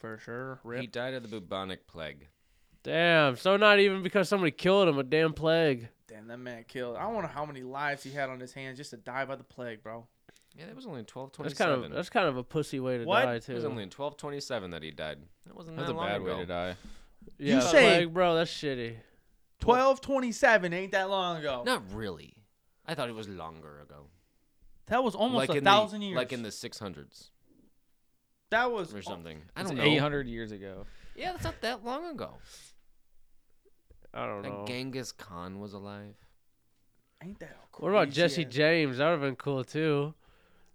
S1: for sure.
S4: Him. He
S1: Rip.
S4: died of the bubonic plague.
S3: Damn. So not even because somebody killed him, a damn plague.
S1: Damn, that man killed. I wonder how many lives he had on his hands just to die by the plague, bro.
S4: Yeah, that was only in twelve twenty
S3: That's
S4: seven.
S3: kind of that's kind of a pussy way to
S1: What?
S3: die
S4: It
S3: too.
S4: was only in 1227 that he died. That wasn't
S2: That's
S4: that
S2: a
S4: long
S2: bad
S4: ago.
S2: way to die.
S3: yeah,
S1: say-
S3: plague, bro. That's shitty.
S1: Twelve twenty-seven ain't that long ago.
S4: Not really. I thought it was longer ago.
S1: that was almost
S4: like
S1: a
S4: in
S1: thousand
S4: the,
S1: years.
S4: Like in the 600s
S1: that was
S4: or something. I
S2: It's
S4: don't know.
S2: 800 years ago.
S4: Yeah, that's not that long ago.
S3: I don't know.
S4: That Genghis Khan was alive.
S1: Ain't that?
S3: What about
S1: crazy
S3: Jesse
S1: ass-
S3: James? That would have been cool too.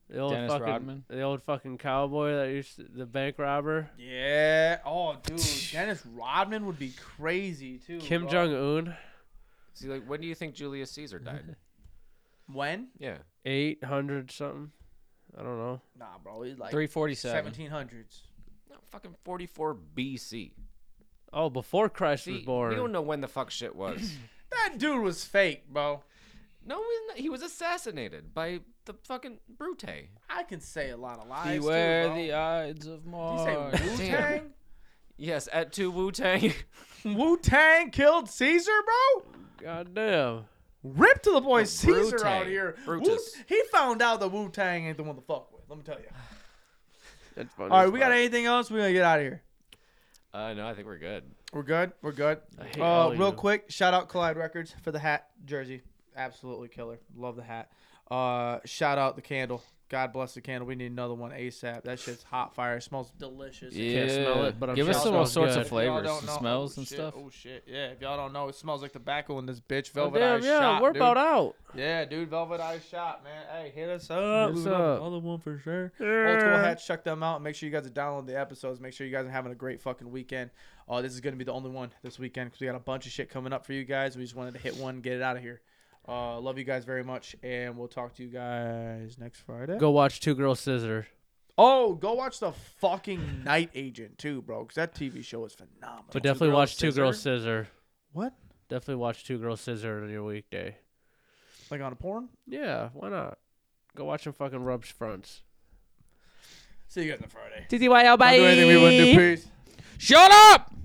S3: The old
S2: Dennis
S3: fucking
S2: Rodman?
S3: the old fucking cowboy that used to, the bank robber.
S1: Yeah. Oh, dude, Dennis Rodman would be crazy too.
S3: Kim
S1: bro.
S3: Jong Un,
S4: See, like, when do you think Julius Caesar died?
S1: When?
S4: yeah.
S3: eight hundred something. I don't know.
S1: Nah, bro. He's like
S2: 347.
S1: seventeen hundreds.
S4: No, fucking 44 BC.
S3: Oh, before Christ
S4: See,
S3: was born.
S4: we don't know when the fuck shit was.
S1: That dude was fake, bro.
S4: no, he's not- he was assassinated by the fucking Brute.
S1: I can say a lot of lies.
S2: Beware
S1: too, bro.
S2: the Ides of
S1: You say
S2: March.
S1: Wu Tang?
S4: Yes, at two Wu Tang.
S1: Wu Tang killed Caesar, bro?
S3: God damn.
S1: Rip to the boy
S4: No,
S1: Caesar
S4: Brute.
S1: out here. Wu-
S4: Brutus.
S1: he found out that Wu Tang ain't the one to fuck with. Let me tell you.
S3: That's funny.
S1: All right, we got anything else? We're going to get out of here.
S4: uh, no, I think we're good.
S1: We're good. We're good.
S3: I hate
S1: Uh,
S3: all of
S1: real
S3: you.
S1: quick, shout out Collide Records for the hat jersey. Absolutely killer. Love the hat. Uh, shout out the candle. God bless the candle. We need another one ASAP. That shit's hot fire. It smells delicious.
S3: can't smell it, but I'm
S2: Give
S3: sure
S2: us
S3: it
S2: some all sorts
S3: smells good.
S2: of
S1: If y'all
S2: flavors
S1: don't
S2: and
S1: know-
S2: smells
S1: oh,
S2: and
S1: shit,
S2: stuff.
S1: Oh shit! Yeah, if y'all don't know, it smells like tobacco in this bitch.
S3: Oh,
S1: Velvet
S3: damn,
S1: Eyes
S3: yeah,
S1: shop,
S3: we're
S1: dude.
S3: about out.
S1: Yeah, dude, Velvet Eyes shop, man. Hey, hit us up.
S3: Hit us
S1: We got
S3: up.
S1: Another one for sure. Old school hats, check them out. Make sure you guys are downloading the episodes. Make sure you guys are having a great fucking weekend. Uh, this is gonna be the only one this weekend because we got a bunch of shit coming up for you guys. We just wanted to hit one, get it out of here. Uh, love you guys very much, and we'll talk to you guys next Friday.
S3: Go watch Two Girls Scissor.
S1: Oh, go watch the fucking Night Agent too, bro, because that TV show is phenomenal.
S3: But definitely
S4: Girls
S3: watch Two Girls Scissor.
S1: what?
S3: Definitely watch Two Girls Scissor on your weekday.
S1: Like on a porn?
S3: Yeah, why not? Go watch them fucking rub fronts.
S1: See you guys on Friday.
S2: TTYL,
S1: Don't do anything we wouldn't do. Peace.
S2: Shut up!